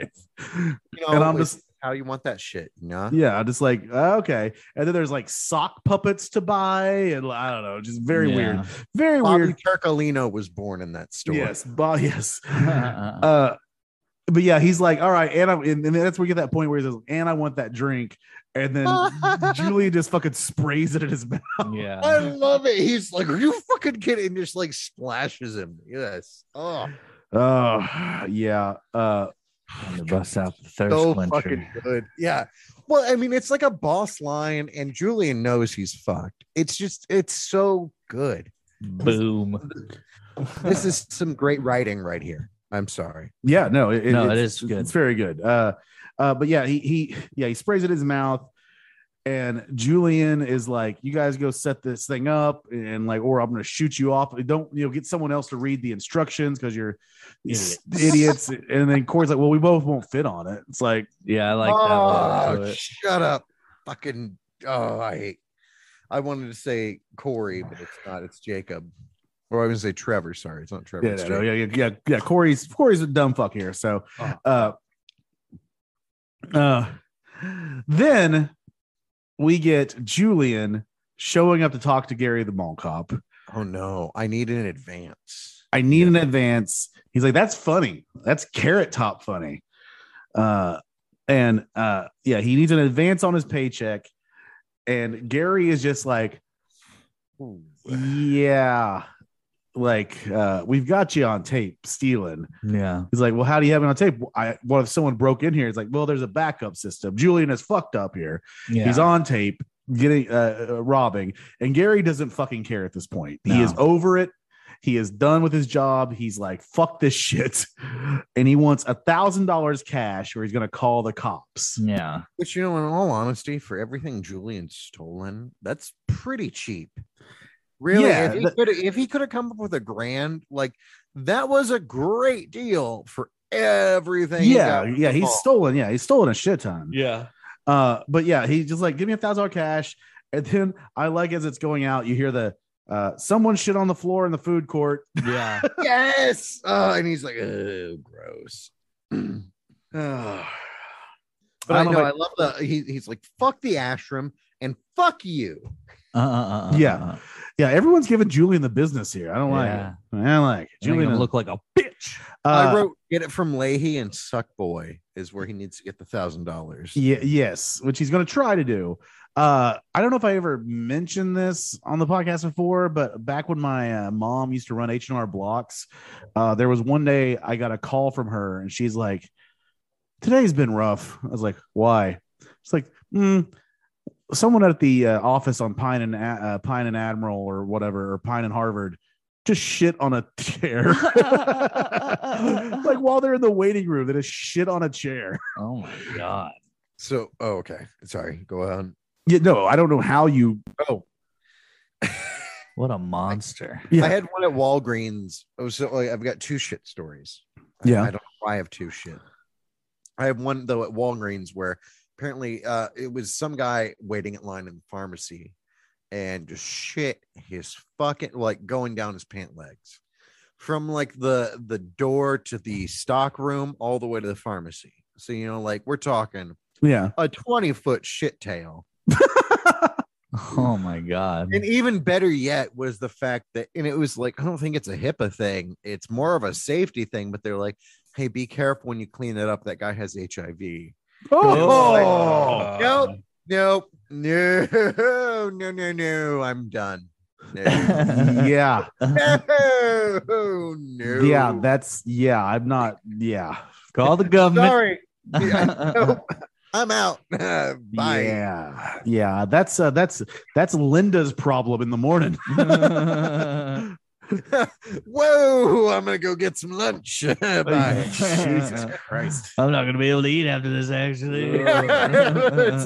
you know,
And I'm
it's
just
how you want that shit, you know?
yeah, I'm just like uh, okay. And then there's like sock puppets to buy, and I don't know, just very
Yeah.
weird, very
Bobby
weird.
Turcolino was born in that store.
Yes, Bo- yes. uh but yeah he's like all right and i'm and, and that's where you get that point where he says and i want that drink and then julie just fucking sprays it in his mouth
yeah.
I love it. He's like, Are you fucking kidding? And just like splashes him. Yes. Oh,
oh yeah uh
on the bus out the thirst
so
clencher.
fucking good. Yeah. Well, I mean, it's like a boss line, and Julian knows he's fucked. It's just, it's so good.
Boom.
This is some great writing right here. I'm sorry.
Yeah, no, it,
No,
it's,
it is good.
It's very good. Uh, uh, but yeah, he he yeah he sprays it in his mouth, and Julian is like, "You guys go set this thing up, and like, or I'm gonna shoot you off. Don't you know? Get someone else to read the instructions because you're
Idiots.
idiots." and then Corey's like, "Well, we both won't fit on it." It's like,
Yeah, I like that.
oh,
One.
shut up. Fucking, oh, I hate. I wanted to say Corey, but it's not. It's Jacob. Or I was going to say Trevor. Sorry. It's not Trevor.
yeah,
it's
no, no,
Jacob.
yeah, yeah, yeah, yeah. Corey's Corey's a dumb fuck here. So, uh, uh, then we get Julian showing up to talk to Gary the mall cop.
Oh, no. I need an advance.
I need an advance. He's like, that's funny. That's carrot top funny. Uh, and uh, yeah, he needs an advance on his paycheck. And Gary is just like, yeah, like uh, we've got you on tape stealing.
Yeah.
He's like, well, how do you have it on tape? I, what if someone broke in here? He's like, well, there's a backup system. Julian is fucked up here.
Yeah.
He's on tape getting uh, uh, robbing, and Gary doesn't fucking care at this point. He
No.
is over it. He is done with his job. He's like, fuck this shit, and he wants a thousand dollars cash, or he's gonna call the cops.
yeah.
Which, you know, in all honesty, for everything Julian's stolen, that's pretty cheap. Really,
Yeah,
if he
the-
could if he could have come up with a grand, like that was a great deal for everything. he
Yeah,
got from
yeah,
the
he's
mall.
stolen. Yeah, he's stolen a shit ton.
Yeah.
Uh, but yeah, he's just like, give me a thousand dollar cash. And then I like as it's going out, you hear the uh, someone shit on the floor in the food court.
Yeah.
yes. Oh, and he's like, oh, gross. Ah. but
I
I
don't know
know, I
if
love the he, he's like, fuck the ashram and fuck you.
Uh, uh, uh,
Yeah.
Uh, uh.
Yeah, everyone's giving Julian the business here. I don't
Yeah.
like it. I don't like it.
Julian
Julian
look like a bitch.
I
uh,
wrote get it from Leahy and Suckboy is where he needs to get the thousand dollars.
Yeah, yes, which he's going to try to do. Uh, I don't know if I ever mentioned this on the podcast before, but back when my uh, mom used to run H and R Blocks, uh, there was one day I got a call from her, and she's like, "Today's been rough." I was like, "Why?" It's like, mm, someone at the uh, office on Pine and A- uh, Pine and Admiral or whatever, or Pine and Harvard, just shit on a chair. like while they're in the waiting room, they just shit on a chair.
Oh my god.
So, oh, okay. Sorry. Go on.
Yeah, no, I don't know how you.
Oh,
What a monster.
Yeah.
I had one at Walgreens. Oh, so like, I've got two shit stories.
Yeah.
I, I don't know why I have two shit. I have one though at Walgreens where apparently uh, it was some guy waiting in line in the pharmacy and just shit his fucking like going down his pant legs from like the the door to the stock room all the way to the pharmacy. So you know, like we're talking
Yeah.
a twenty foot shit tail.
Oh my god.
Mm.
And even better yet was the fact that, and it was like, I don't think it's a HIPAA thing. It's more of a safety thing, but they're like, hey, be careful when you clean it up. That guy has HIV.
Oh,
nope, nope, no, no, no, no. I'm done. No,
Oh, yeah,
no, no.
yeah. That's yeah. I'm not. Yeah,
Call the government.
Sorry. Yeah, nope. I'm out. Bye.
yeah, yeah. That's uh, that's that's Linda's problem in the morning.
Whoa, I'm going to go get some lunch. Bye.
Jesus Christ.
I'm not gonna be able to eat after this. Actually,
it's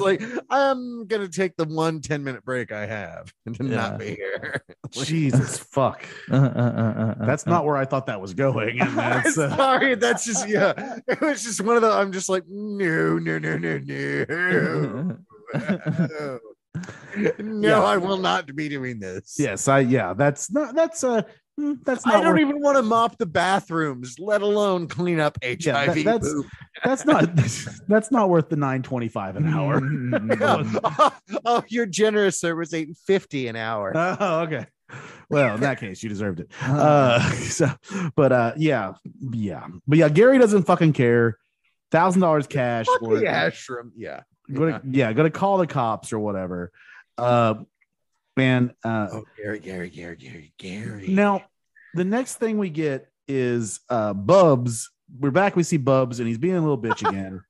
like I'm gonna take the one 10 minute break I have and to
Yeah.
not be here.
Jesus fuck.
Uh,
That's not where I thought that was going. And that's, uh,
Sorry, that's just yeah. It was just one of the I'm just like no no no no no no.
Yeah.
I will not be doing this.
yes, I yeah. That's not. That's uh. mm, That's not.
I don't
where-
even want to mop the bathrooms, let alone clean up HIV.
Yeah, that- that's-
poop.
that's not. That's not worth the nine twenty five an hour.
oh, you're generous, sir. It was 850 an hour.
Oh, okay. Well, in that case, you deserved it. Uh, so, but uh, yeah, yeah, but yeah, Gary doesn't fucking care. Thousand dollars cash.
Fuck
or-
the ashram. Yeah.
Gonna, yeah, gonna call the cops or whatever. Uh, and uh,
Oh, Gary, Gary, Gary, Gary, Gary.
now the next thing we get is uh, Bubs we're back. We see Bubs, and he's being a little bitch again.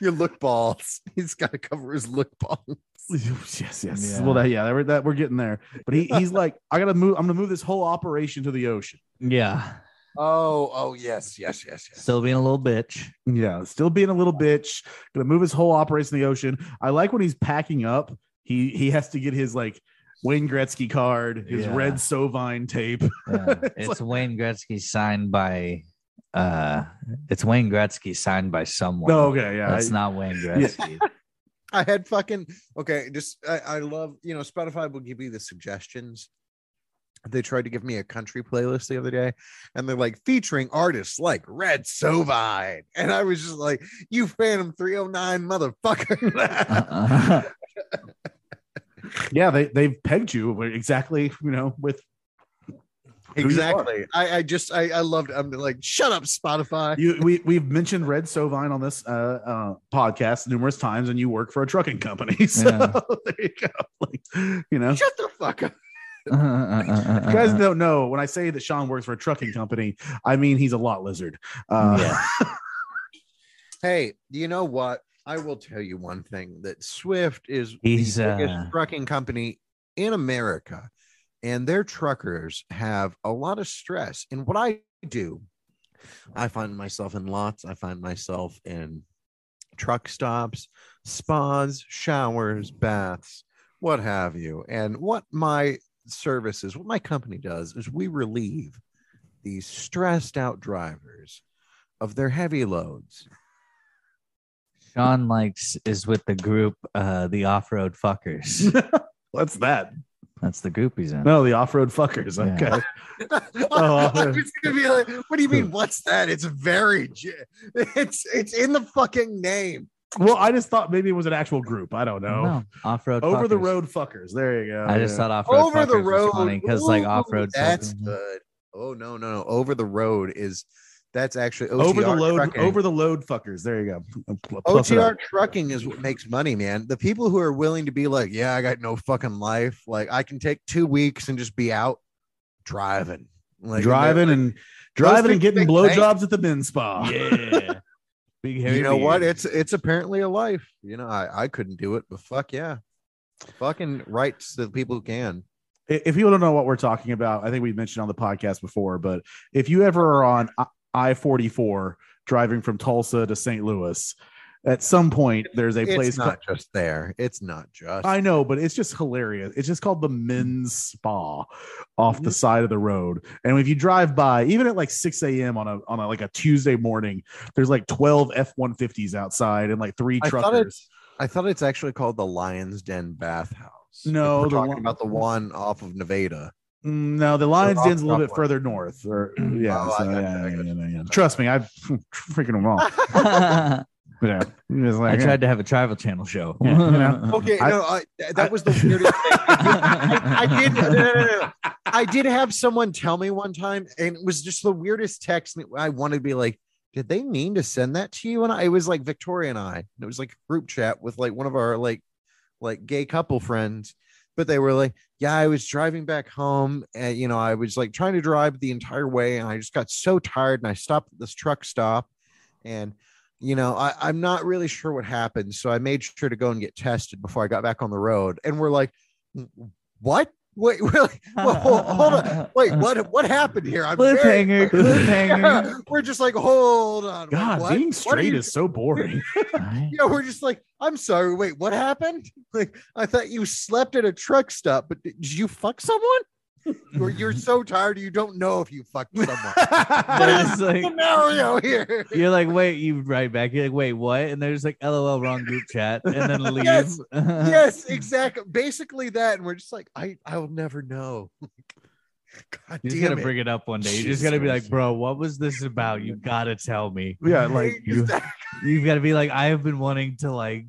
Your look balls. He's got to cover his look balls.
yes, yes.
Yeah.
Well, that, yeah, that, we're- that we're getting there. But he, he's like, I gotta move. I'm gonna move this whole operation to the ocean.
Yeah.
Oh, oh yes, yes, yes, yes.
Still being a little bitch.
Yeah, still being a little bitch. Gonna move his whole operation to the ocean. I like when he's packing up. He he has to get his like Wayne Gretzky card, his
Yeah.
red Sovine tape.
Yeah. it's Wayne Gretzky signed by uh it's Wayne Gretzky signed by someone.
No, Oh, okay, yeah.
That's not Wayne Gretzky.
I had fucking okay. Just I, I love you know Spotify will give you the suggestions. They tried to give me a country playlist the other day, and they're like featuring artists like Red Sovine, and I was just like, "You Phantom three hundred nine motherfucker."
Uh-uh.
yeah, they they've pegged you where- exactly, you know, with who you are.
exactly. I, I just I, I loved. I'm like, shut up, Spotify.
You, we we've mentioned Red Sovine on this uh, uh, podcast numerous times, and you work for a trucking company, so
Yeah.
there you go. Like, you know,
shut the fuck up.
Uh, uh, uh, uh,
you guys
uh.
don't know when I say that Sean works for a trucking company, I mean he's a lot lizard. Uh,
yeah.
Hey, you know what? I will tell you one thing that Swift is
He's,
the biggest
uh,
trucking company in America, and their truckers have a lot of stress. And what I do, I find myself in lots, I find myself in truck stops, spas, showers, baths, what have you. And what my services, what my company does is we relieve these stressed out drivers of their heavy loads.
Sean likes is with the group uh the off-road fuckers.
What's that?
That's the group he's in.
No, the off-road fuckers.
Yeah.
Okay.
I
Oh.
was gonna be like, what do you mean? What's that? It's very, ge- it's it's in the fucking name.
Well, I just thought maybe it was an actual group. I don't know.
No, off-road
Over the
fuckers.
road fuckers. There you go.
I just
Yeah.
thought off-road
Over the
fuckers was
road,
funny because like
Ooh,
off-road
That's
fuckers-
good. Oh no, no, no. Over the road is that's actually OTR
over the load.
Trucking.
Over the load fuckers. There you go. Pl- plus it up.
OTR trucking is what makes money, man. The people who are willing to be like, yeah, I got no fucking life. Like I can take two weeks and just be out driving, like and
driving and driving and
things
getting
make bank.
blowjobs at the men's spa.
Yeah. Big
they're-
hairy
You know what?
beard.
It's it's apparently a life. You know, I I couldn't do it, but fuck yeah, fucking rights to the people who can.
I- If people don't know what we're talking about, I think we mentioned on the podcast before, but if you ever are on I forty four driving from Tulsa to St. Louis, at some point there's a place.
it's not just there. It's not just.
I know, but it's just hilarious. It's just called the men's spa off
Mm-hmm.
the side of the road. And if you drive by, even at like 6 a.m. on a on a like a Tuesday morning, there's like 12 F-150s outside and like three
I thought
truckers.
I thought it's actually called the Lion's Den Bathhouse.
No,
If we're
the
talking
Lion-
about the one off of Nevada.
Mm, No, the Lions
off
Den's a little bit
Broadway.
further north. Or yeah,
Oh, I
so,
gotcha,
yeah,
I
yeah,
gotcha.
yeah, yeah. trust me, I freaking them all. Yeah, It's
I
like,
tried to have a travel channel show.
Yeah, you know.
Okay,
I-
no, I, th- that was the weirdest thing. I, I did. No, no, no, no, no. I did have someone tell me one time, and it was just the weirdest text. And I wanted to be like, "Did they mean to send that to you?" And I it was like Victoria and I, and it was like a group chat with like one of our like like gay couple friends. But they were like, "Yeah, I was driving back home, and you know, I was like trying to drive the entire way, and I just got so tired, and I stopped at this truck stop, and." you know, I, I'm not really sure what happened. So I made sure to go and get tested before I got back on the road. And we're like, what? Wait, really? Whoa, whoa, hold on. Wait, what what happened here? I'm very-
Uh, Cliffhanger, cliffhanger.
we're just like, hold on. wait,
God,
what?
being
What are
straight
you-
is so boring.
Right?
yeah, we're just like, I'm sorry. Wait, what happened? Like, I thought you slept at a truck stop, but did you fuck someone? Or you're so tired you don't know if you fucked someone.
But it's like,
Scenario here.
you're like, wait, you right back. You're like, wait, what? And they're just like, lol, wrong group chat, and then leave.
Yes,
Uh-huh.
yes, exactly. Basically that, and we're just like, I, I'll never know. God
You're just
damn
gonna
it.
bring it up one day. You're just
Jesus
gonna be
Christ.
like, bro, what was this about? You gotta tell me.
yeah, like
you- You've gotta be like, I have been wanting to like,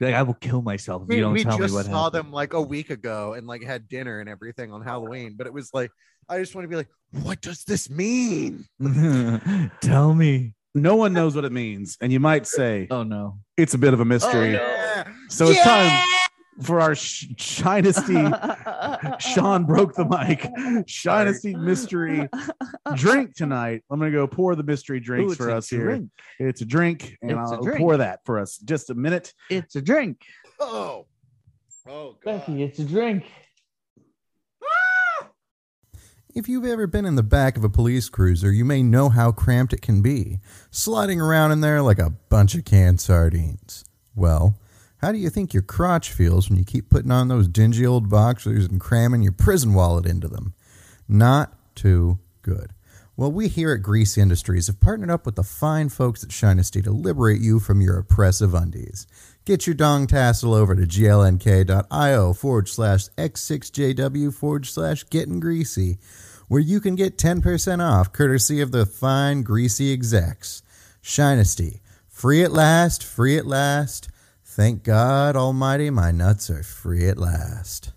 like I will kill myself if
we,
you don't
we
tell
just
me what
saw
happened.
them like a week ago and like had dinner and everything on Halloween, but it was like, I just want to be like, what does this mean?
tell me.
no one knows what it means. And you might say
Oh no.
it's a bit of a mystery.
yeah.
So it's time for our sh- Shinesty. Sean broke the mic. Shinesty mystery drink tonight. I'm gonna go pour the mystery drinks
Ooh,
for
it's a
us
drink.
here. It's a drink, and
It's a
I'll
drink.
pour that for us. Just a minute.
It's a drink.
Oh. Oh,
Becky, it's a drink.
If you've ever been in the back of a police cruiser, you may know how cramped it can be, sliding around in there like a bunch of canned sardines. Well, how do you think your crotch feels when you keep putting on those dingy old boxers and cramming your prison wallet into them? Not too good. Well, we here at Grease Industries have partnered up with the fine folks at Shinesty to liberate you from your oppressive undies. Get your dong tassel over to glnk.io forward slash x6jw forward slash getting greasy, where you can get 10% off courtesy of the fine greasy execs. Shinesty, free at last, free at last. Thank God Almighty, my nuts are free at last.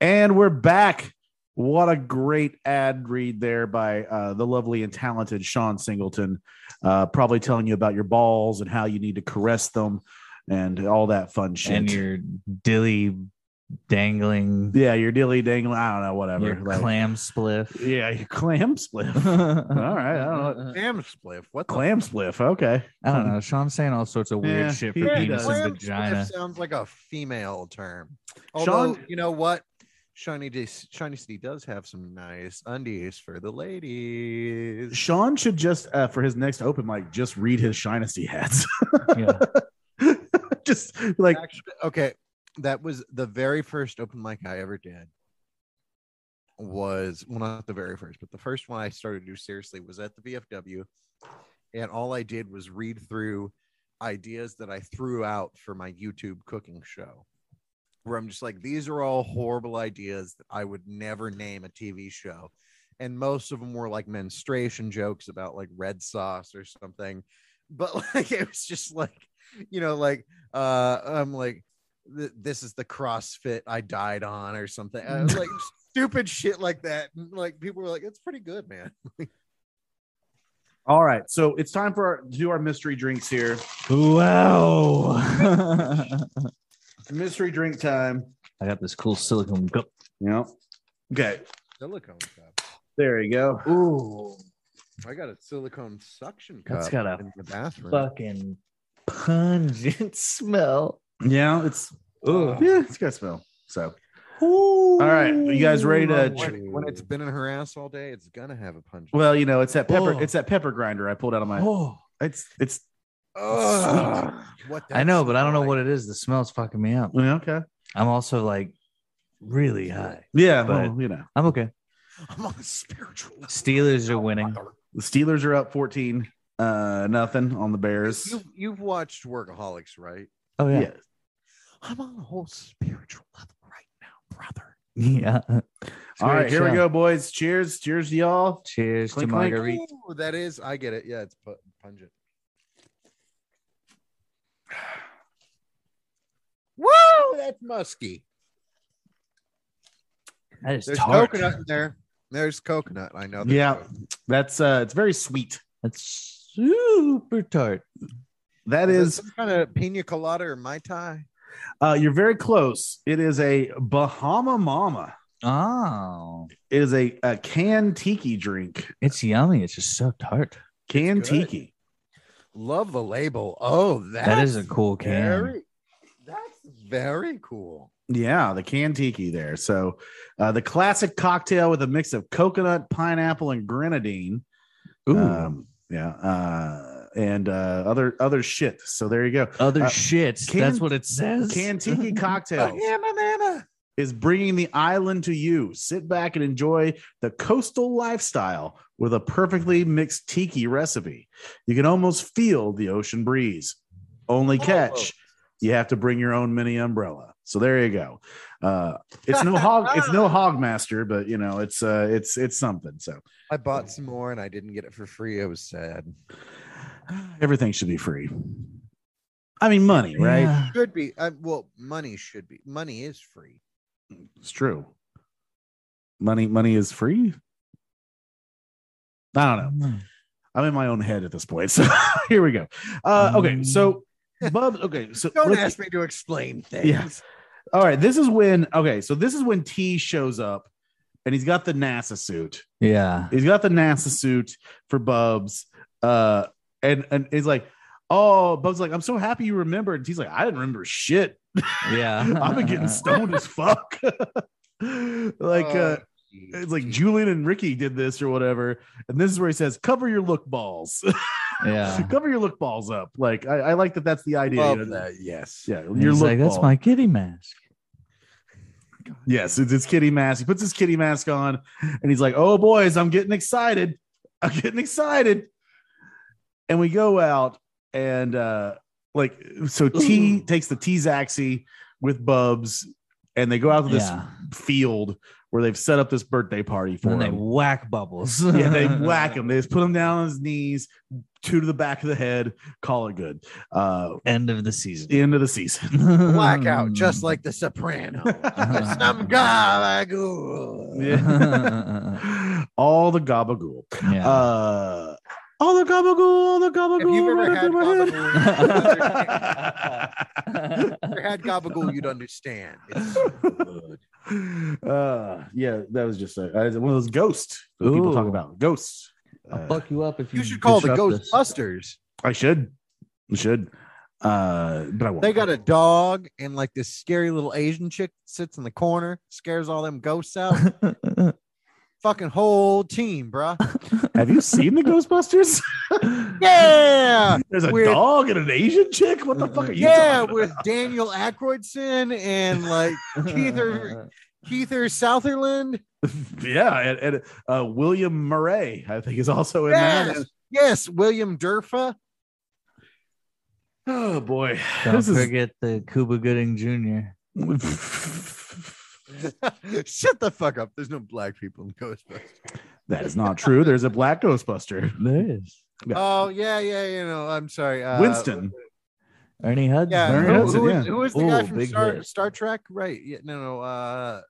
And we're back. What a great ad read there by uh, the lovely and talented Sean Singleton. Uh, probably telling you about your balls and how you need to caress them and all that fun shit.
And your dilly dangling,
yeah, your dilly dangling. I don't know, whatever.
your
Like-
clam spliff.
yeah, your clam spliff. right, I don't
Damn spliff. What the
clam spliff. Okay.
I don't know. Sean's saying all sorts of weird
Yeah,
shit
he
for penis
does.
and
Clam
vagina.
spliff sounds like a female term. Although,
Sean-
you know what? Shiny Dis- Shiny City does have some nice undies for the ladies.
Sean should just uh, for his next open mic just read his Shinesty hats.
Yeah.
just like
Actually, okay, that was the very first open mic I ever did. Was well, not the very first, but the first one I started to do seriously was at the VFW, and all I did was read through ideas that I threw out for my YouTube cooking show, where I'm just like, these are all horrible ideas that I would never name a TV show. And most of them were like menstruation jokes about like red sauce or something. But like, it was just like, you know, like, uh, I'm like, th- this is the CrossFit I died on or something. I was like, stupid shit like that. And like, people were like, it's pretty good, man.
all right. So it's time for our to do our mystery drinks here.
Wow.
Mystery drink time.
I got this cool silicone cup.
Yep. Okay.
Silicone cup.
There you go.
Ooh.
I got a silicone suction cup.
That's got a
in the bathroom.
Fucking pungent smell.
Yeah, it's
Ooh.
yeah, it's got smell. So all right. You guys ready to
When- when it's been in her ass all day, it's gonna have a punch.
well, you know, it's that pepper,
Oh.
it's that pepper grinder I pulled out of my
Oh.
it's it's
Ugh. what?
I know, but I don't know what it is. The smell's fucking me up.
yeah, okay.
I'm also like really high.
Yeah,
But-
well, you know.
I'm okay.
I'm on a spiritual. level.
Steelers are winning.
The Steelers are up 14 uh nothing on the Bears.
You, you've watched Workaholics, right?
Oh yeah.
I'm on a whole spiritual level right now, brother.
Yeah.
All right, here we go, boys. Cheers. Cheers to y'all.
Cheers
Clink,
to
clink.
Marguerite.
Ooh, that is, I get it. Yeah, it's pu- pungent. Woo! That's musky.
That is
There's
tart.
coconut in there. There's coconut. I know. there's
Yeah.
coconut.
That's uh it's very sweet.
That's super tart.
That
Is
is
some kind of pina colada or mai tai.
uh you're very close. It is a Bahama Mama.
Oh,
It is a, a canned tiki drink.
it's yummy. It's just so tart.
Canned
good.
tiki.
Love the label. Oh, that's
That is a cool can.
very. That's very cool.
Yeah, the canned tiki there. So uh the classic cocktail with a mix of coconut, pineapple, and grenadine.
Ooh,
Um yeah. Uh and uh other other shit. So there you go.
other
uh,
shits.
can-
That's what it says.
Canned tiki cocktails.
banana.
is bringing the island to you. Sit back and enjoy the coastal lifestyle with a perfectly mixed tiki recipe. You can almost feel the ocean breeze. Only catch, you have to bring your own mini umbrella. So there you go. Uh, it's no hog. It's no hogmaster, but you know it's uh, it's it's something. So
I bought some more and I didn't get it for free. I was sad.
everything should be free. I mean, money, right?
Yeah.
Should be. I, well, money should be. Money is free.
It's true. Money, money is free. I don't know.
Mm.
I'm in my own head at this point. So here we go. Uh, okay, so Bubs. Okay, so
Um, Don't
let's-
ask me to explain things.
Yeah. All right, this is when. Okay, so this is when T shows up, and he's got the NASA suit.
Yeah.
He's got the NASA suit for Bubs. Uh, and and he's like, oh, Bubs, is like I'm so happy you remembered. And he's like, I didn't remember shit.
Yeah.
I've been getting stoned as fuck. like uh,
Oh,
it's like Julian and Ricky did this or whatever. And this is where he says, cover your look balls.
Yeah.
cover your look balls up. Like I, I like that. That's the idea.
Love
you know,
that. Yes.
Yeah,
And
your
he's
look
like, that's
ball."
my kitty mask.
Yes, it's his kitty mask. He puts his kitty mask on and he's like, Oh, boys, I'm getting excited. I'm getting excited. And we go out and, uh, like, so T takes the T Zaxi with Bubs and they go out to this
yeah.
field where they've set up this birthday party for
And they
him.
whack bubbles.
yeah, they whack him. They just put him down on his knees, two to the back of the head, call it good. Uh,
End of the season.
the end of the season.
Hmm.
Blackout, just like the soprano. Some gabagool.
yeah.
All the gabagool. Uh, all the gabagool, all the gabagool.
If you've ever
running through my
had
head.
gabagool,
Uh,
if you've ever had gabagool, you'd understand. It's so good.
uh, yeah, that was just a, uh, one of those ghosts that people
Ooh.
talk about. Ghosts.
I'll
Uh,
fuck you up if you
You should call the
disrupt this.
Ghostbusters.
I should. I should. Uh, but I won't.
They got a dog and like this scary little Asian chick sits in the corner, scares all them ghosts out. Fucking whole team, bruh.
Have you seen the Ghostbusters?
Yeah.
There's a
Weird.
dog and an Asian chick. What the fuck are you?
Yeah,
talking
with Daniel Aykroydson and like Keith or Keith Er or Southerland.
about? yeah, and, and uh, William Murray, I think, is also in that.
Yes. Yes, William Durfa.
Oh boy,
Don't
this is
forget the Cuba Gooding Jr.
Shut the fuck up. There's no black people in Ghostbusters.
that is not true. There's a black Ghostbuster,
There is
Yeah.
Oh yeah, yeah, you know, I'm sorry. Uh,
Winston.
Ernie Hudson.
Yeah,
Larry
who, who
Hudson,
was-
yeah.
who was the guy
Ooh,
from
big
Star,
hit.
Star Trek? Right. Yeah, no, no, uh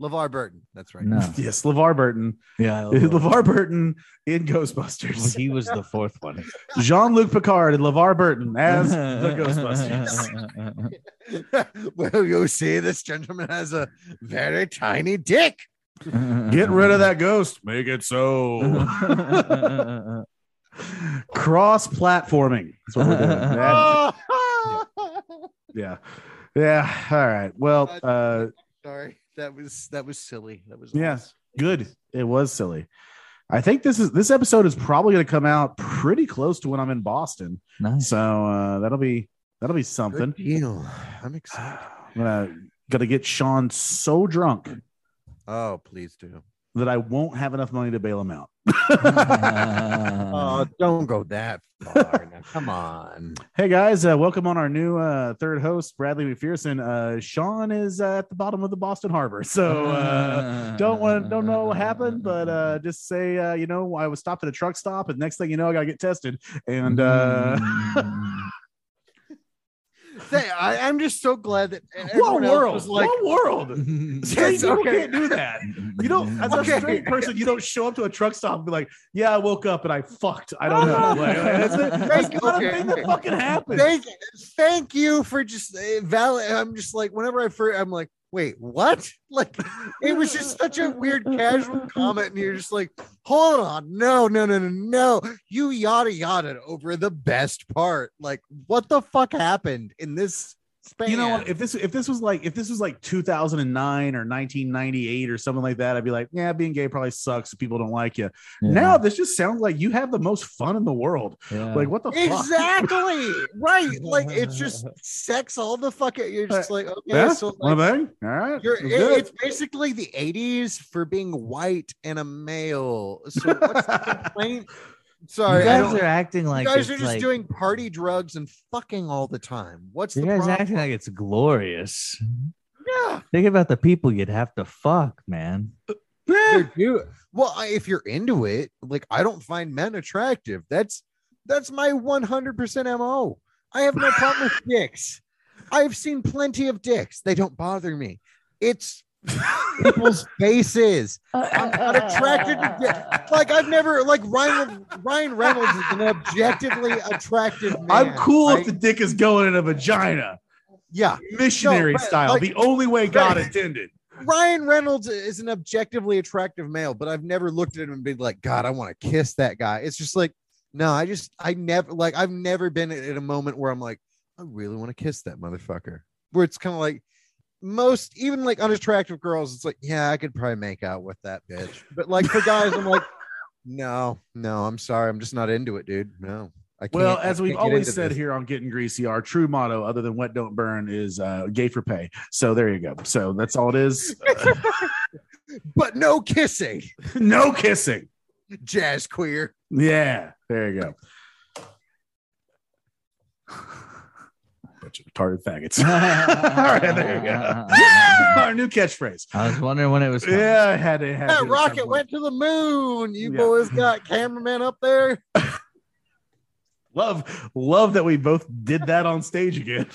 LeVar Burton. That's right.
No.
Yes, LeVar Burton.
Yeah. I love him.
LeVar Burton in
Oh, Well,
Ghostbusters.
He was the fourth one.
Jean Luc Picard and LeVar Burton as the Ghostbusters.
well, you see, this gentleman has a very tiny dick.
Get rid of that ghost. Make it so. Cross platforming. That's what we're doing. That- yeah. Yeah. All right. Well, uh,
Sorry, that was that was silly. That was
Yes. good. It was silly. I think this is this episode is probably going to come out pretty close to when I'm in Boston.
nice.
So uh, that'll be that'll be
Good
something. Uh,
deal. I'm excited.
I'm gonna gotta get Sean so drunk
Oh, please do.
that I won't have enough money to bail him out.
Oh, don't go that far. now. Come on.
hey guys, uh, welcome on our new uh, third host, Bradley McPherson. Uh, Sean is uh, at the bottom of the Boston Harbor, so uh, don't want don't know what happened, but uh, just say uh, you know I was stopped at a truck stop, and next thing you know, I gotta get tested. And uh,
Say, I, I'm just so glad that
what
everyone else
world?
was like,
what world? Straight
Yes,
people
okay.
can't do that. You don't, as
Okay.
a straight person, you don't show up to a truck stop and be like, "Yeah, I woke up and I fucked." I don't know. Like, that's, that's not a
Okay.
thing that fucking happens.
thank, thank you for just uh, valid. I'm just like, whenever I first, I'm like, wait, what? Like, it was just such a weird casual comment, and you're just like, hold on, no, no, no, no, no, you yada yada over the best part. Like, what the fuck happened in this span?
you know what? If this if this was like if this was like 2009 or 1998 or something like that, I'd be like, "Yeah, being gay probably sucks. People don't like you." Now this just sounds like you have the most fun in the world. Like, what the fuck?
Exactly right. Like it's just sex all the fuck. You're just like okay,
Yeah,
so
one
like,
thing. All right,
You're,
let's do
it-
it.
it's basically the 80s for being white and a male. So what's the complaint? Sorry,
you
I
guys
don't,
are acting
you
like
guys
it's
are just
like-
doing party drugs and fucking all the time. What's
You
the
guys
problem?
acting like it's glorious.
yeah,
Think about the people you'd have to fuck, man.
they're do- well, I- if you're into it, like I don't find men attractive. That's that's my 100% mo. I have no problem with dicks. I've seen plenty of dicks. They don't bother me. It's people's faces. I'm not attracted to death. Like I've never like Ryan Ryan Reynolds is an objectively attractive man.
I'm cool
right?
if the dick is going in a vagina,
yeah.
missionary
No, but,
style,
like-
the only way God
Right.
intended.
Ryan Reynolds is an objectively attractive male, but I've never looked at him and been like, God, I want to kiss that guy. It's just like, no, I just, I never, like, I've never been at- at a moment where I'm like, I really want to kiss that motherfucker. Where it's kind of like most, even like unattractive girls, it's like, yeah, I could probably make out with that bitch. But like for guys, I'm like, no, no, I'm sorry. I'm just not into it, dude. No. I can't,
Well,
I
as we've
can't get
always
into
said
this.
here on Getting Greasy, our true motto, other than wet don't burn, is uh, gay for pay. So there you go. So that's all it is. Uh,
but no kissing,
no kissing.
jazz queer.
Yeah, there you go. Bunch of retarded faggots. all right, there you go. our new catchphrase.
I was wondering when it was. coming.
Yeah, I had to have
That rocket went to the moon. You
Yeah.
boys got cameraman up there.
Love, love that we both did that on stage again.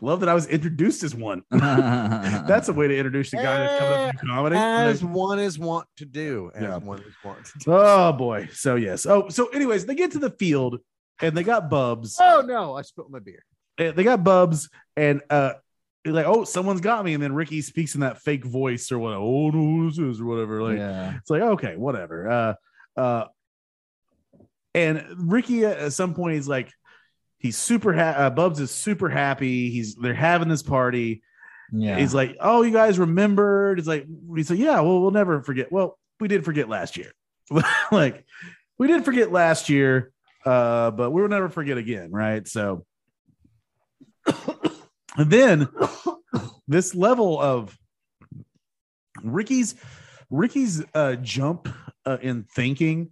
love that I was introduced as one.
Yeah.
That's a way to introduce the guy that's coming up to do comedy.
Eh, As one is wont to do. As
Yeah.
one is wont to do.
Oh boy. So yes. Oh, so anyways, they get to the field and they got Bubs.
Oh no, I spilled my beer.
Eh, They got Bubs and uh they're like, oh, someone's got me. And then Ricky speaks in that fake voice or what? Oh no, this is or whatever. Like
yeah.
it's like, okay, whatever. Uh uh and Ricky uh, at some point he's like, he's super ha- uh, Bubs is super happy. He's they're having this party.
Yeah.
He's like, "Oh, you guys remembered?" It's like we said, "Yeah, well, we'll never forget." Well, we did forget last year. like, we did forget last year, uh, but we'll never forget again, right? So, and then this level of Ricky's Ricky's uh, jump uh, in thinking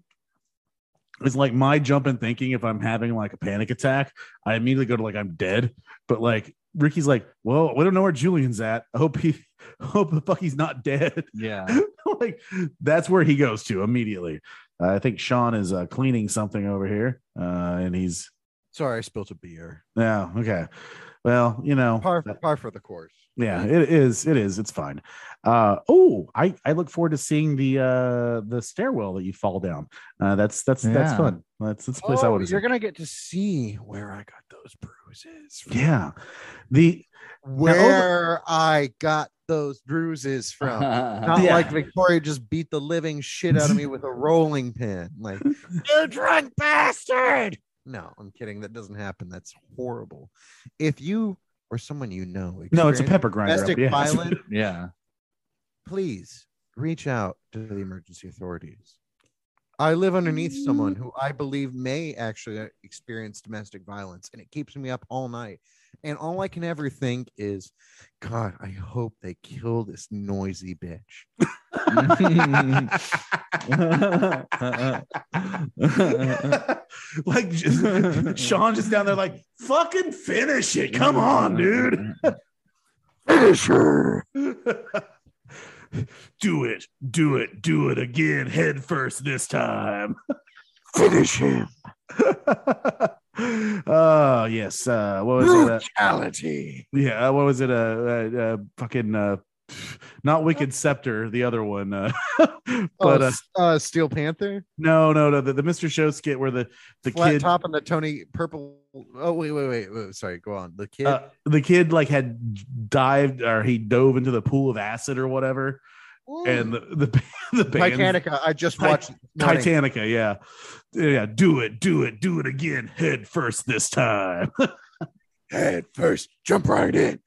is like my jump in thinking. If I'm having like a panic attack, I immediately go to like I'm dead. But like Ricky's like, well, we don't know where Julian's at. I hope he, hope the fuck he's not dead.
yeah.
like that's where he goes to immediately. Uh, I think Sean is uh, cleaning something over here, uh, and he's
Sorry, I spilled a beer.
yeah okay. Well, you know,
Par, par for the course.
yeah, it is. It is. It's fine. Uh, oh, I I look forward to seeing the uh, the stairwell that you fall down. Uh, that's that's that's
Yeah.
fun. That's that's a place I
Oh,
want to see.
you're gonna get to see where I got those bruises. From.
Yeah, oh, the
Where I got those bruises from. Not
Yeah.
like Victoria just beat the living shit out of me with a rolling pin. Like, you drunk bastard. No, I'm kidding. That doesn't happen. That's horrible. If you or someone you know,
no, it's a
experience
pepper grinder. up,
domestic
yes.
violence,
yeah.
please reach out to the emergency authorities. I live underneath someone who I believe may actually experience domestic violence, and it keeps me up all night. And all I can ever think is, God, I hope they kill this noisy bitch.
like just, Sean just down there, like fucking finish it. Come on, dude, finish her. do it, do it, do it again, head first this time. Finish him. Oh yes. Uh, what was it? Uh,
Brutality.
yeah. uh, What was it? Uh, uh, uh fucking uh, not wicked scepter. The other one. Uh, but
oh,
uh,
s- uh, Steel Panther,
no, no, no. The, the Mr. Show skit where the the
Flat
kid
Top, and the Tony Purple. Oh wait, wait, wait, wait. Sorry, go on. The kid.
uh, the kid like had dived or he dove into the pool of acid or whatever, and the the the band
Titanica. I just
Tit-
watched. it this morning.
Titanica, yeah, yeah. Do it, do it, do it again, head first this time.
Head first, jump right in.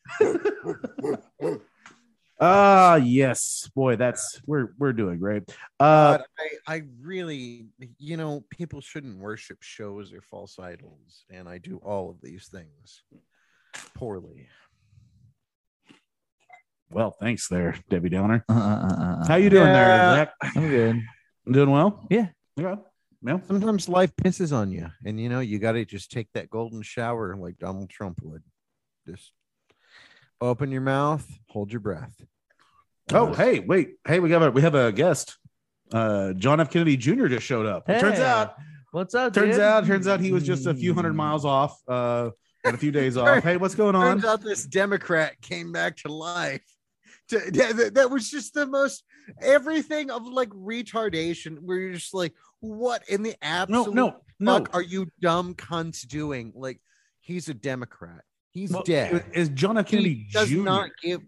Ah, yes, boy, that's we're we're doing great. Uh,
God, I, I really, you know, people shouldn't worship shows or false idols, and I do all of these things poorly.
well, thanks there, Debbie Downer.
Uh, uh, uh, uh.
How you doing
Yeah.
there, Zach?
I'm good.
Doing well?
Yeah.
Yeah. Yeah.
Sometimes life pisses on you, and you know you got to just take that golden shower like Donald Trump would. Just open your mouth, hold your breath.
Oh, hey, wait, hey, we got a we have a guest. Uh, John F. Kennedy Jr. just showed up. It Turns
Hey,
out
What's up?
turns
dude?
out turns out he was just a few hundred miles off uh and a few days off hey what's going on
Turns out this Democrat came back to life. to- yeah, that, that was just the most everything of like retardation where you're just like, what in the
No,
absolute
no, no.
fuck are you dumb cunts doing? Like, he's a Democrat. He's
Well,
dead.
Is John F. Kennedy
He does
Jr.
not give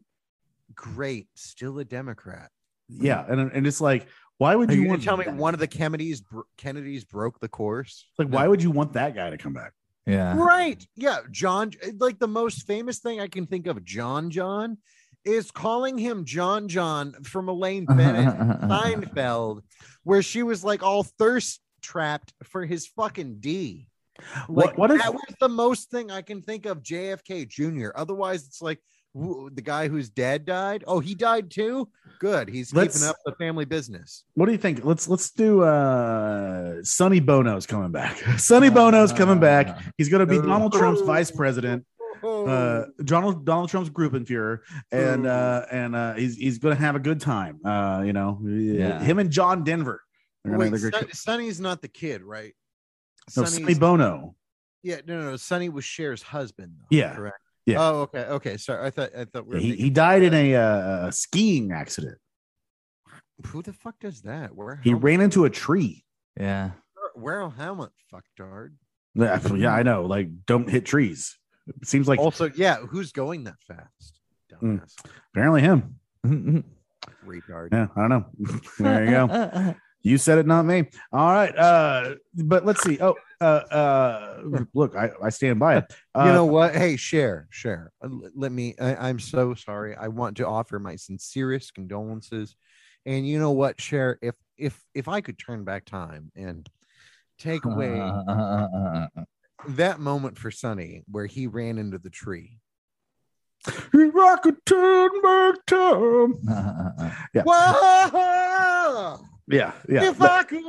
great, still a Democrat.
yeah, and and it's like, why would
Are
you,
you going
want
to tell me
that?
one of the Kennedys bro- Kennedys broke the course?
It's Like, why would you want that guy to come back?
Yeah.
Right. Yeah. John, like the most famous thing I can think of, John John, is calling him John John from Elaine Bennett Seinfeld, where she was like all thirst trapped for his fucking D. Like,
What what if
that was the most thing I can think of, JFK Jr. Otherwise, it's like wh- the guy whose dad died. Oh, he died too? Good. He's
Let's-
keeping up the family business.
what do you think? Let's let's do uh Sonny Bono's coming back. Sonny Bono's coming back. He's gonna be
Uh, Ooh.
Donald Trump's vice president, uh Donald Donald Trump's Gruppenfuhrer, and
Ooh.
uh and uh he's he's gonna have a good time. Uh, you know,
Yeah.
him and John Denver. They're gonna-
Wait,
they're gonna-
Son- Sonny's not the kid, right?
no,
Sonny's-
Sonny Bono.
Yeah, no, no, no. Sonny was Cher's husband. Though,
Yeah,
Correct.
yeah.
Oh, okay. Okay. Sorry. I thought I thought we were
He,
thinking-
he died in a uh, skiing accident.
who the fuck does that? Where
He
helmet,
ran into a tree.
Yeah.
wear a helmet, fucktard.
Yeah, yeah, I know. Like, don't hit trees. It seems like
also, yeah, who's going that fast?
Mm.
Dumbass.
apparently him.
Retard.
Yeah, I don't know. there you go. You said it, not me. All right. Uh, but let's see. Oh, uh, uh, look, I, I stand by it. Uh,
you know what? Hey, share, share. Let me. I, I'm so sorry. I want to offer my sincerest condolences. And you know what, share? If if if I could turn back time and take away that moment for Sonny where he ran into the tree.
if I could turn back time. Yeah.
Whoa!
Yeah, yeah,
If I could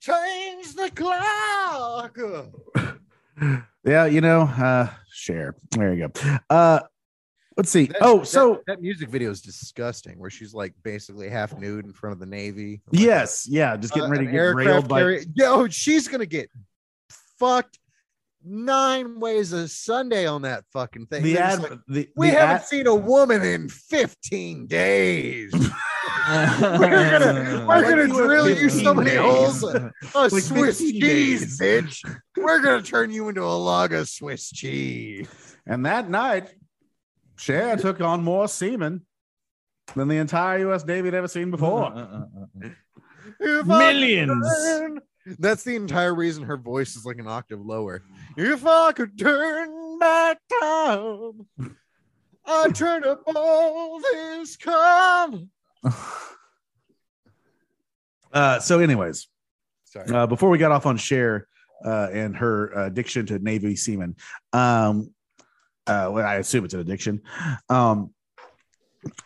change the clock.
yeah. You know, uh, share. There you go. Uh, let's see.
That-
oh,
that-
so
that, music video is disgusting, where she's like basically half nude in front of the Navy. Like,
yes, yeah. Just getting
uh,
ready
an
to get
aircraft
railed by
carrier- Yo, she's gonna get fucked nine ways a Sunday on that fucking thing.
the
They're
ad.
just like,
the,
we
the
haven't
ad-
seen a woman in 15 days. We're gonna we're
Like
gonna
you were
drill you so
15
many
days.
holes. A
Like
Swiss
15
cheese, bitch. We're gonna turn you into a log of Swiss cheese.
And that night, Cher took on more semen than the entire U.S. Navy had ever seen
Mm-hmm.
before.
If I
Millions.
could turn- That's the entire reason her voice is like an octave lower. If I could turn back time, I'd turn up all this cum.
Uh, so, anyways,
Sorry.
uh, before we got off on Cher uh, and her uh, addiction to Navy semen, um, uh, well, I assume it's an addiction, um,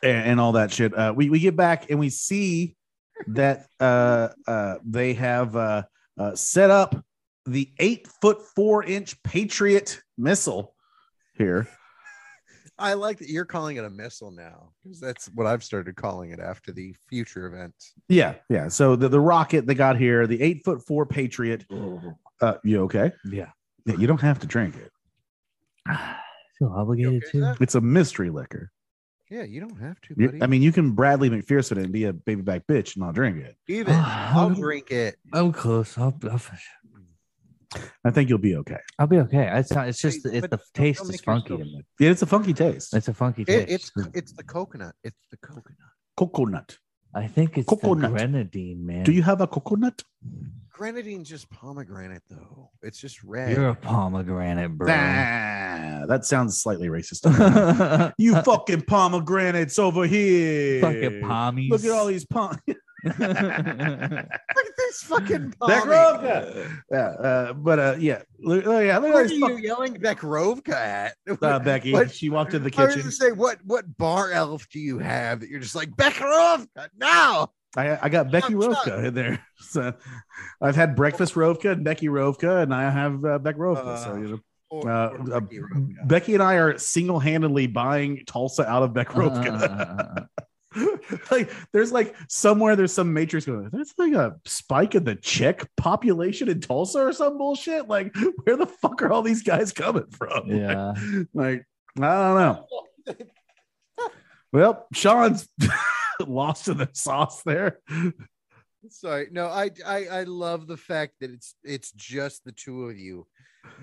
and, and all that shit. Uh, we we get back and we see that uh, uh, they have uh, uh, set up the eight foot four inch Patriot missile here.
I like that you're calling it a missile now because that's what I've started calling it after the future events.
Yeah, yeah. So the, the rocket they got here, the eight foot four Patriot. Uh, you okay?
Yeah.
Yeah, You don't have to drink it.
Feel obligated
okay with
to.
that?
It's a mystery liquor.
Yeah, you don't have to,
You-
buddy.
I mean, you can Bradley McPherson and be a baby back bitch and not drink it.
even I'll drink it.
I'm close. I'll, I'll,
I think you'll be okay.
I'll be okay. It's not. It's just.
Please,
It's
but
the
don't- don't
taste is
make
funky to
yourself-
me.
Yeah, it's a funky taste.
It's a funky
It-
taste.
it's it's the coconut. It's the coconut.
coconut.
I think it's
coconut.
the grenadine, man.
Do you have a coconut?
Grenadine's just pomegranate though. It's just red.
You're a pomegranate, bro.
Ah, that sounds slightly racist. you fucking pomegranates over here.
fucking pommies.
Look at all these pom.
Look at this fucking pomegranate.
Begrovka. Yeah, uh, but uh, yeah, look, look, yeah, look at all
What are
these
you yelling Bekrovka at?
Uh, Becky,
What?
she walked in the
I was
kitchen.
gonna say, what what bar elf do you have that you're just like Bekrovka now?
I, I got Becky
Chuck,
Rovka
Chuck.
in there. So I've had breakfast Rovka and Becky Rovka, and I have uh, Beck Rovka. so you know,
Or-
Uh,
or
uh,
Bekrovka.
Becky and I are single handedly buying Tulsa out of
Uh,
Beck Rovka. like there's like somewhere there's some matrix going. There's like a spike in the Czech population in Tulsa or some bullshit. Like where the fuck are all
uh,
these guys coming from?
yeah.
Like I don't know. Well, Sean's lost in the sauce there.
Sorry, no, I, I I love the fact that it's it's just the two of you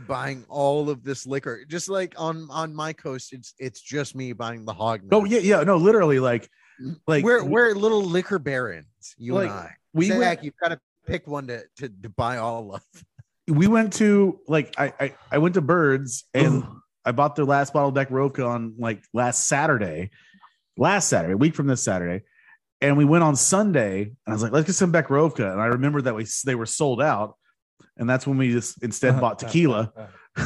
buying all of this liquor. Just like on on my coast, it's it's just me buying the hog.
Oh
nuts.
yeah, yeah. No, literally, like, like
we're we're little liquor barons, you
Like,
and I.
we
Zach,
went-
you've got to pick one to, to to buy all of.
we went to like I I, I went to Birds and I bought their last bottle of Beck Roca on like last Saturday, last Saturday, a week from this Saturday, and we went on Sunday. And I was like, let's get some Beck Roca, and I remembered that we s- they were sold out, and that's when we just instead bought tequila.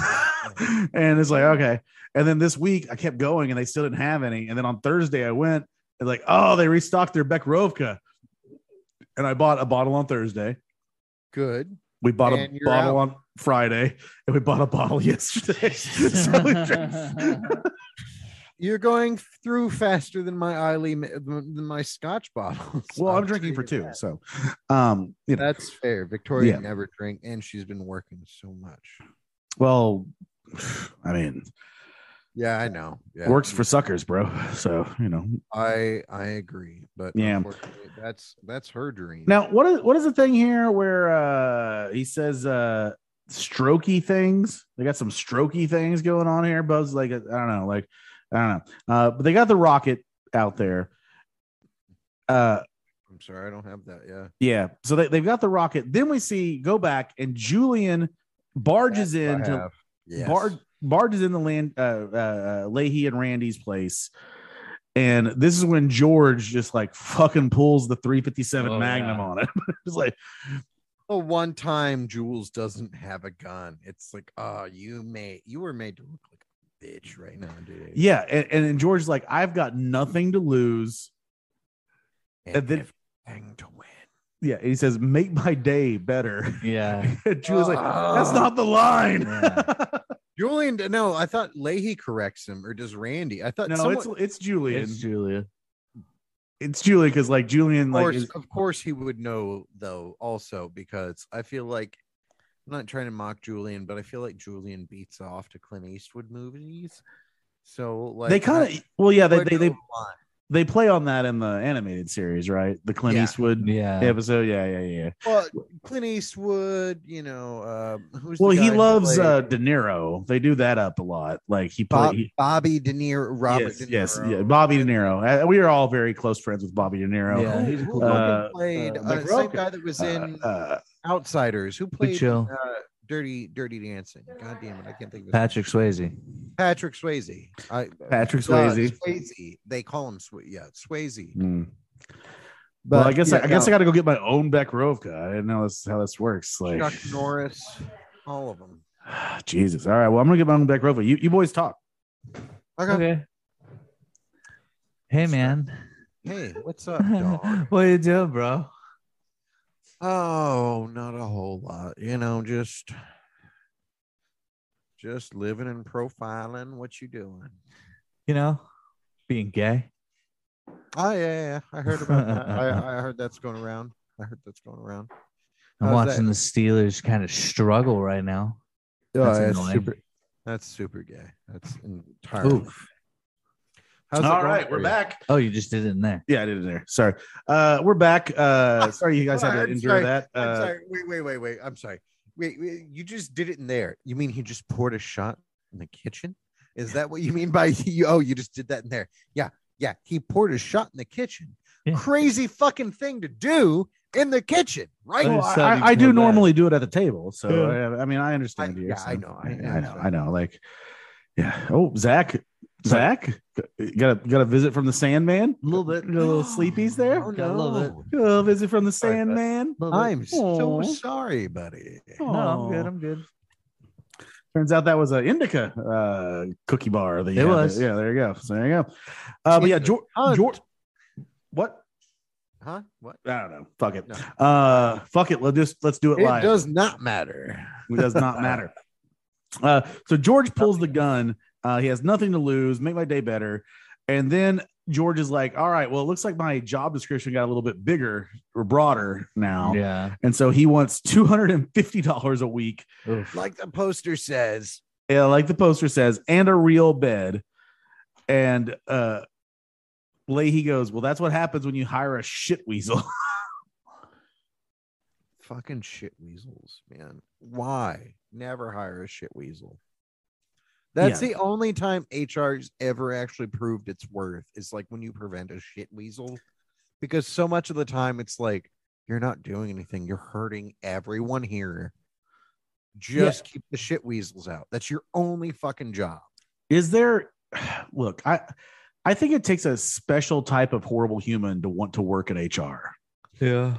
and it's like okay, and then this week I kept going and they still didn't have any, and then on Thursday I went and like oh they restocked their Beck Roca, and I bought a bottle on Thursday.
Good.
We bought a
And you're
bottle on Friday, and we bought a bottle yesterday. So we drank-
You're going through faster than my Isley, than my Scotch bottles.
well,
I'll
I'm drinking for
tell you
two,
that.
so um, you know.
That's fair. Victoria
Yeah.
never drank, and she's been working so much.
Well, I mean,
Yeah, I know. Yeah.
works for suckers, bro. So you know.
I I agree, but
Yeah.
unfortunately, that's that's her dream.
Now, what is what is the thing here where uh, he says uh, strokey things? They got some strokey things going on here. Buzz, like I don't know, like I don't know, uh, but they got the rocket out there. Uh,
I'm sorry, I don't have that. Yeah,
Yeah. So they, they've got the rocket. Then we see go back and Julian barges in to
yeah.
bar, barges in the land uh, uh uh, Leahy and Randy's place. And this is when George just like fucking pulls the 357
Oh,
Magnum
yeah.
on it. it's like,
the one time Jules doesn't have a gun, it's like, oh, you made you were made to look like a bitch right now, dude.
yeah. And, and, and George's like, I've got nothing to lose. and then-
everything to win.
Yeah. And he says, make my day better.
yeah.
And Julian's like, that's not the line.
Oh,
Yeah.
Julian. No, I thought Leahy corrects him, or does Randy? I thought
no,
someone,
it's it's Julian.
It's
It's,
Julia.
Julian because like Julian
of
like
course,
is-
of course he would know though, also because I feel like I'm not trying to mock Julian, but I feel like Julian beats off to Clint Eastwood movies. So like
they kind of well yeah they
would
they, they
know a lot.
they play on that in the animated series, right? The Clint
Yeah.
Eastwood
Yeah.
episode. Yeah, yeah, yeah.
well, Clint Eastwood, you know, uh, who's the
well,
guy
he
who
loves
played
uh De Niro. They do that up a lot. Like he
Bob,
played
Bobby De Niro, Robert
yes,
De Niro.
yes, yeah, Bobby De Niro. Uh, we are all very close friends with Bobby De Niro.
Yeah, he's a
who
cool
fucking
guy. Uh,
played
uh,
uh,
Mike
same
Roker.
guy that was
Uh,
in
uh,
Outsiders? Who
Good
played
chill.
uh, Dirty Dirty Dancing? God damn it, I can't think of his-
Patrick Swayze.
Patrick Swayze. I,
Patrick
Uh,
Swayze.
Swayze. They call him Swa- yeah, Swayze.
Hmm.
But,
well, I guess I,
yeah,
I guess I
no,
got to go get my own Beck Rovka. I didn't know that's how this works. Like
Chuck Norris, all of them.
Jesus. All right. Well, I'm gonna get my own Beck Rovka. You you boys talk.
Okay. Hey man.
Hey, what's up, dog?
what you doing, bro?
oh, not a whole lot. You know, just just living and profiling what you doing.
You know, being gay.
Oh yeah, yeah, yeah. I heard about that. I, I heard that's going around. I heard that's going around.
I'm
How's
watching
that?
the Steelers kind of struggle right now. That's
oh, that's
annoying.
super. That's super gay. That's entirely.
Oof.
How's it
All
going
right,
for
we're
you?
back.
Oh, you just did it in there.
Yeah, I did it there. Sorry. Uh, we're back. Uh, sorry you guys had to
I'm
endure
sorry.
that.
I'm
Uh,
sorry. Wait, wait, wait, wait. I'm sorry. Wait, wait, you just did it in there. You mean he just poured a shot in the kitchen? Is that what you mean by you? Oh, you just did that in there. Yeah, yeah. He poured a shot in the kitchen.
Yeah.
Crazy fucking thing to do in the kitchen, right?
Oh,
well,
just
I,
sounded
I do
too bad.
normally do it at the table, so
Yeah.
I, I mean I
I-
understand you.
yeah, I
so-
know. I,
I,
I
know. I know. Like, yeah. Oh, Zach, Zach, got a got a visit from the Sandman. A little bit, a little sleepies there.
Oh,
Gotta
no.
love it.
A little visit from the
Sorry, bud.
Sandman.
I'm so
Aw. Uh,
sorry, buddy.
No, I'm
Aw.
good. I'm good.
Turns out that was an indica uh, cookie bar. That you
It
had
was.
there. Yeah, there you go. So there you go. Uh, but yeah, George.
Hunt.
what?
Huh? What?
I don't know. Fuck it.
No.
Uh, fuck it. Let's just let's do it,
It
live.
does not matter.
It does not matter. Uh, so George pulls the gun. Uh, he has nothing to lose. Make my day better. And then George is like, "All right, well, it looks like my job description got a little bit bigger or broader now."
Yeah.
And so he wants two hundred and fifty dollars a week,
Oof.
Like the poster says.
yeah, like the poster says, and a real bed. And uh, Leahy goes, Well, that's what happens when you hire a shit weasel.
Fucking shit weasels, man. Why? Never hire a shit weasel. That's the only time HR's ever actually proved its worth is like when you prevent a shit weasel. Because so much of the time it's like, you're not doing anything. You're hurting everyone here. Just keep the shit weasels out. That's your only fucking job.
Is there look, I I think it takes a special type of horrible human to want to work at HR.
Yeah.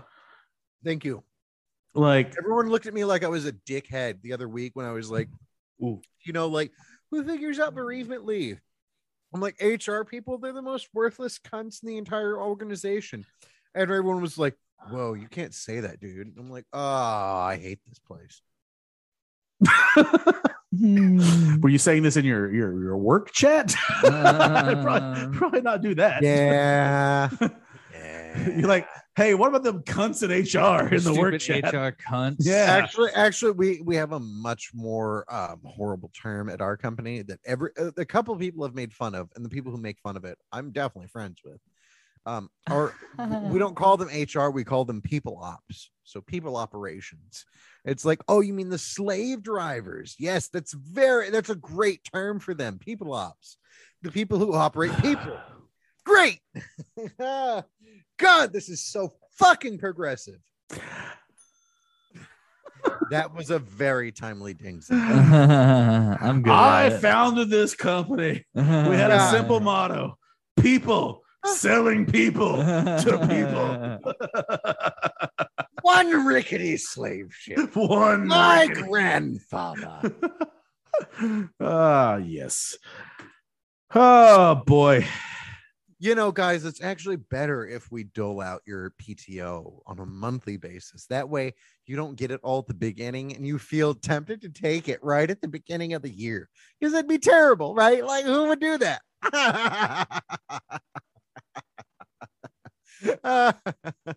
Thank you.
Like
Everyone looked at me like I was a dickhead the other week when I was like,
Ooh.
you know, like who figures out bereavement leave? I'm like, HR people, they're the most worthless cunts in the entire organization. And everyone was like, Whoa, you can't say that, dude. And I'm like, oh, I hate this place.
were you saying this in your your, your work chat? I'd probably, probably not do that.
Yeah.
You're like, hey, what about them cunts in HR in the work chat?
HR cunts.
Yeah.
actually actually we we have a much more um horrible term at our company that every uh, a couple of people have made fun of and the people who make fun of it i'm definitely friends with um or we don't call them hr we call them people ops so people operations it's like oh you mean the slave drivers yes that's very that's a great term for them people ops the people who operate people great god this is so fucking progressive that was a very timely ding. Zach.
I'm good.
I
at it.
founded this company. We had a simple motto: people selling people to
One rickety slave ship.
people. One
My
market.
grandfather.
Ah, yes. Oh boy.
You know, guys, it's actually better if we dole out your PTO on a monthly basis. That way, you don't get it all at the beginning and you feel tempted to take it right at the beginning of the year. Because that'd be terrible, right? Like, who would do that?
All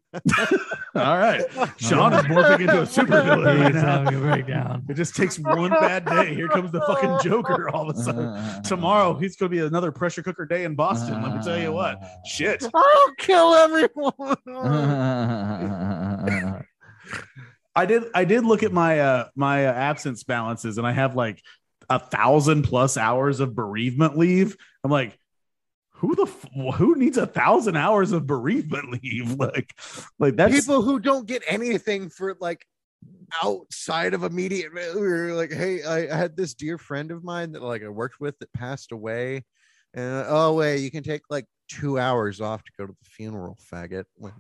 right. uh, Sean is morphing into a supervillain right now.
Zombie breakdown.
It just takes one bad day. Here comes the fucking Joker all of a sudden. Tomorrow, he's going to be another pressure cooker day in Boston. Let me tell you what. Shit.
I'll kill everyone.
I did. I did look at my uh my uh, absence balances, and I have like a thousand plus hours of bereavement leave. I'm like, who the f- who needs a thousand hours of bereavement leave? Like, like that's
people who don't get anything for like outside of immediate we were like hey I, I had this dear friend of mine that like i worked with that passed away and oh wait you can take like two hours off to go to the funeral faggot Like,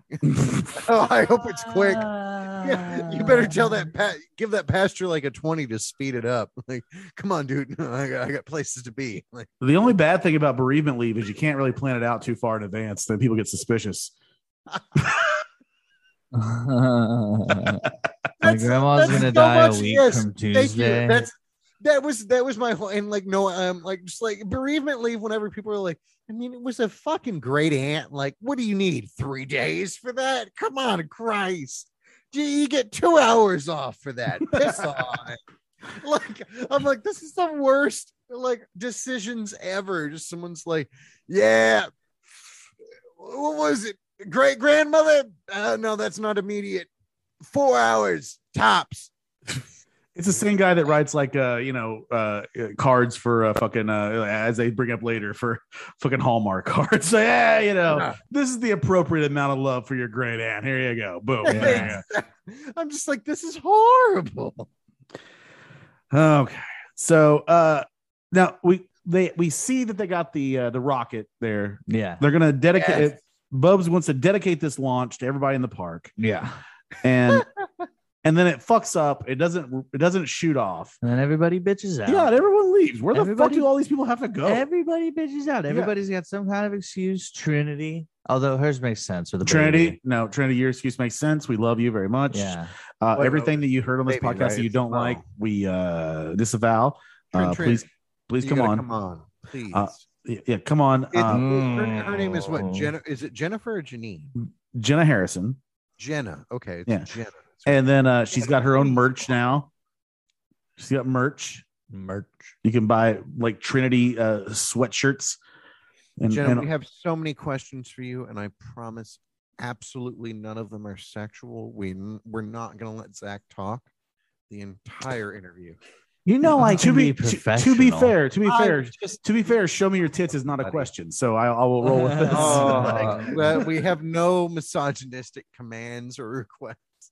oh i hope it's quick yeah, you better tell that pat give that pastor like a 20 to speed it up like come on dude i got, I got places to be like
the only bad thing about bereavement leave is you can't really plan it out too far in advance. Then people get suspicious.
My
That's-
grandma's
that's
gonna
so
die
much-
a week
yes,
from
Thank you.
Tuesday.
That's that was that was my whole and like no um like just like bereavement leave whenever people are like I mean it was a fucking great aunt like what do you need three days for that come on Christ do you get two hours off for that piss on like I'm like this is the worst like decisions ever just someone's like yeah what was it great grandmother uh, no that's not immediate four hours tops
It's the same guy that writes like uh you know uh uh, cards for uh, fucking uh as they bring up later for fucking Hallmark cards. So yeah, you know
Yeah.
this is the appropriate amount of love for your great aunt. Here you go, boom.
Yeah.
There you go.
I'm just like, this is horrible.
Okay. So uh now we they we see that they got the uh, the rocket there.
yeah.
They're gonna dedicate
Yes.
Bubs wants to dedicate this launch to everybody in the park.
Yeah.
And and then it fucks up. It doesn't it doesn't shoot off.
And then everybody bitches out.
Yeah, and everyone leaves. Where the fuck
Everybody-
do all these people have to go?
Everybody bitches out.
Yeah.
Everybody's got some kind of excuse. Trinity, although hers makes sense for the
Trinity,
baby.
no, Trinity, your excuse makes sense. We love you very much.
Yeah.
Uh,
Wait,
everything that you heard on this
baby,
podcast
right?
that you don't
Wow.
like, we uh, disavow. Uh,
Trin, Trin,
please, please
you
come
gotta
on.
Come on, please.
Yeah, yeah, come on.
It-
Uh,
her, her name is what?
Mm.
Jenna? Is it Jennifer or Janine?
Jenna Harrison,
Jenna. Okay, it's
Yeah.
Jenna.
and then uh, she's got her own merch now. She's got merch.
Merch.
You can buy like Trinity uh, sweatshirts. And,
Jenna,
and-
we have so many questions for you, and I promise absolutely none of them are sexual. We n- we're not gonna let Zach talk the entire interview.
You know, I can
to
be,
be, to-
professional.
to be fair, to be
I
fair,
just-
to be fair, show me your tits is not a
Buddy.
question. So I, I will roll with this.
Like, well, we have no misogynistic commands or requests.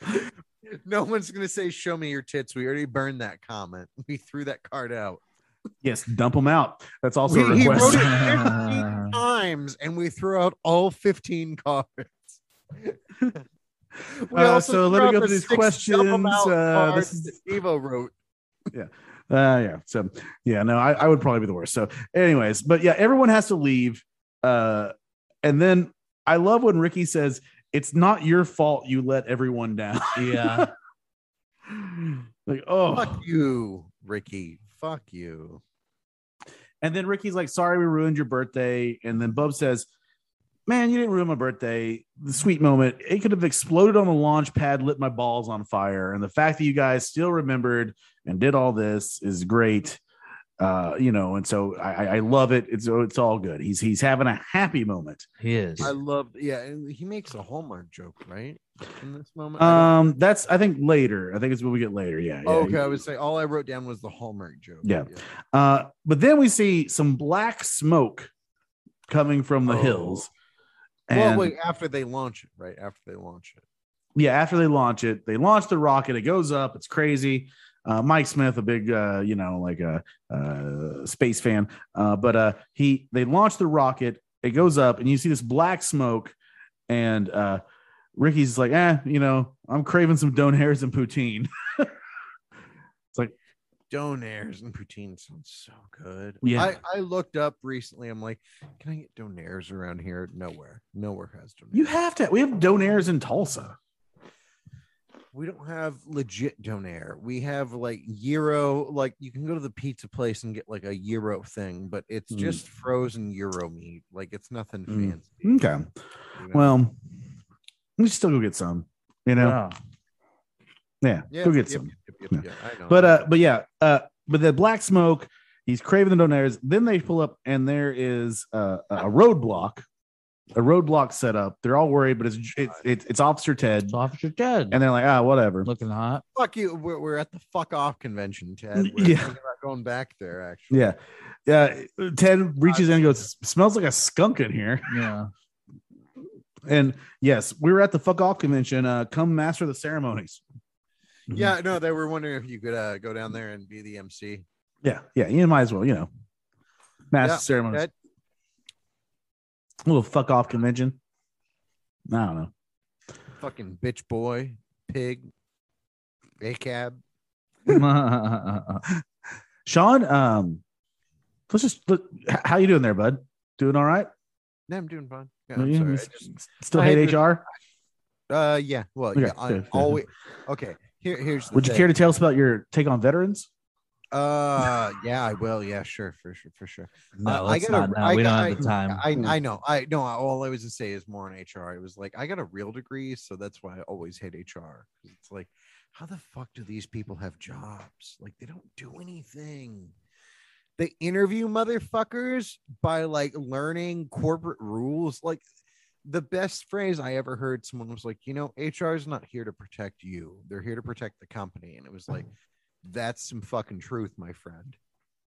No one's gonna say, "Show me your tits." We already burned that comment. We threw that card out.
yes, dump them out. That's also a
We- he
request.
wrote it 15 times, and we threw out all 15 cards. We
Uh,
also
so let me
threw
go
out the
through these
six
questions.
double-out
Uh,
cards
this
that Evo wrote.
Uh, yeah. So yeah, no, I, I would probably be the worst. So, anyways, but yeah, everyone has to leave. Uh, and then I love when Ricky says, "It's not your fault you let everyone down."
yeah.
like, oh,
Fuck you, Ricky. Fuck you.
And then Ricky's like, sorry, we ruined your birthday. And then Bub says, man, you didn't ruin my birthday. The sweet moment. It could have exploded on the launch pad, lit my balls on fire. And the fact that you guys still remembered and did all this is great. Uh, you know, and so I, I- I love it. It's it's all good. He's he's having a happy moment.
He is.
I love. Yeah, and he makes a Hallmark joke, right? In this moment. I don't-
Um, that's I think later. I think it's what we get later. Yeah. yeah.
okay, I would say all I wrote down was the Hallmark joke.
Yeah. Uh, but then we see some black smoke coming from the
Oh.
hills.
Well, wait. After they launch it, right? After they launch it.
yeah, after they launch it, they launch the rocket. It goes up. It's crazy. Uh, Mike Smith, a big, uh, you know, like a uh, space fan, uh, but uh, he they launch the rocket. It goes up, and you see this black smoke. And uh, Ricky's like, eh, you know, I'm craving some donaires and poutine.
Donairs and poutine sounds so good.
Yeah.
I, I looked up recently. I'm like, can I get donairs around here? Nowhere. Nowhere has donaires.
You have to. We have donaires in Tulsa.
we don't have legit donair. We have like gyro, like you can go to the pizza place and get like a gyro thing, but it's
Mm.
just frozen gyro meat. Like it's nothing
Mm.
fancy.
Okay.
you know?
Well, we still go get some. You know,
Wow.
yeah,
Yep,
go get
yep,
some.
yep, yep,
Yeah.
yep, I know.
but uh but yeah uh but the black smoke he's craving the donaires then they pull up and there is uh, a roadblock a roadblock set up they're all worried but it's it's it's, it's officer ted
It's Officer Ted.
and they're like ah whatever
looking hot.
fuck you. We're, we're at the fuck off convention, Ted. We're
Yeah.
thinking about going back there, actually.
yeah yeah ted reaches in and goes smells like a skunk in here
Yeah.
and yes we were at the fuck off convention uh come master the ceremonies
Yeah,
Mm-hmm.
no, they were wondering if you could uh, go down there and be the MC.
yeah yeah you might as well you know master
Yeah,
the ceremonies
Ted.
little fuck off convention i don't know
fucking bitch boy, pig, a cab.
Sean, um, let's just let, h- how you doing there, bud? Doing all right?
No, I'm doing fine. Yeah,
No,
I'm
you
sorry. I
s-
just-
s- Still
I
hate
agree.
HR?
uh, yeah. Well,
Okay,
yeah.
fair,
I'm
fair.
always okay. Here, here's the
Would you
thing.
care to tell us about your take on veterans?
Uh, yeah, I will. Yeah, sure, for sure, for sure.
no,
Uh, I
it's
gotta-
not. No,
I-
we don't
I-
have the time.
I, I know. I know. All I was gonna say is more on HR. I was like, I got a real degree, so that's why I always hate HR. 'Cause It's like, how the fuck do these people have jobs? Like, they don't do anything. They interview motherfuckers by like learning corporate rules. Like, the best phrase I ever heard someone was like, you know, HR is not here to protect you, they're here to protect the company. And it was like, that's some fucking truth, my friend.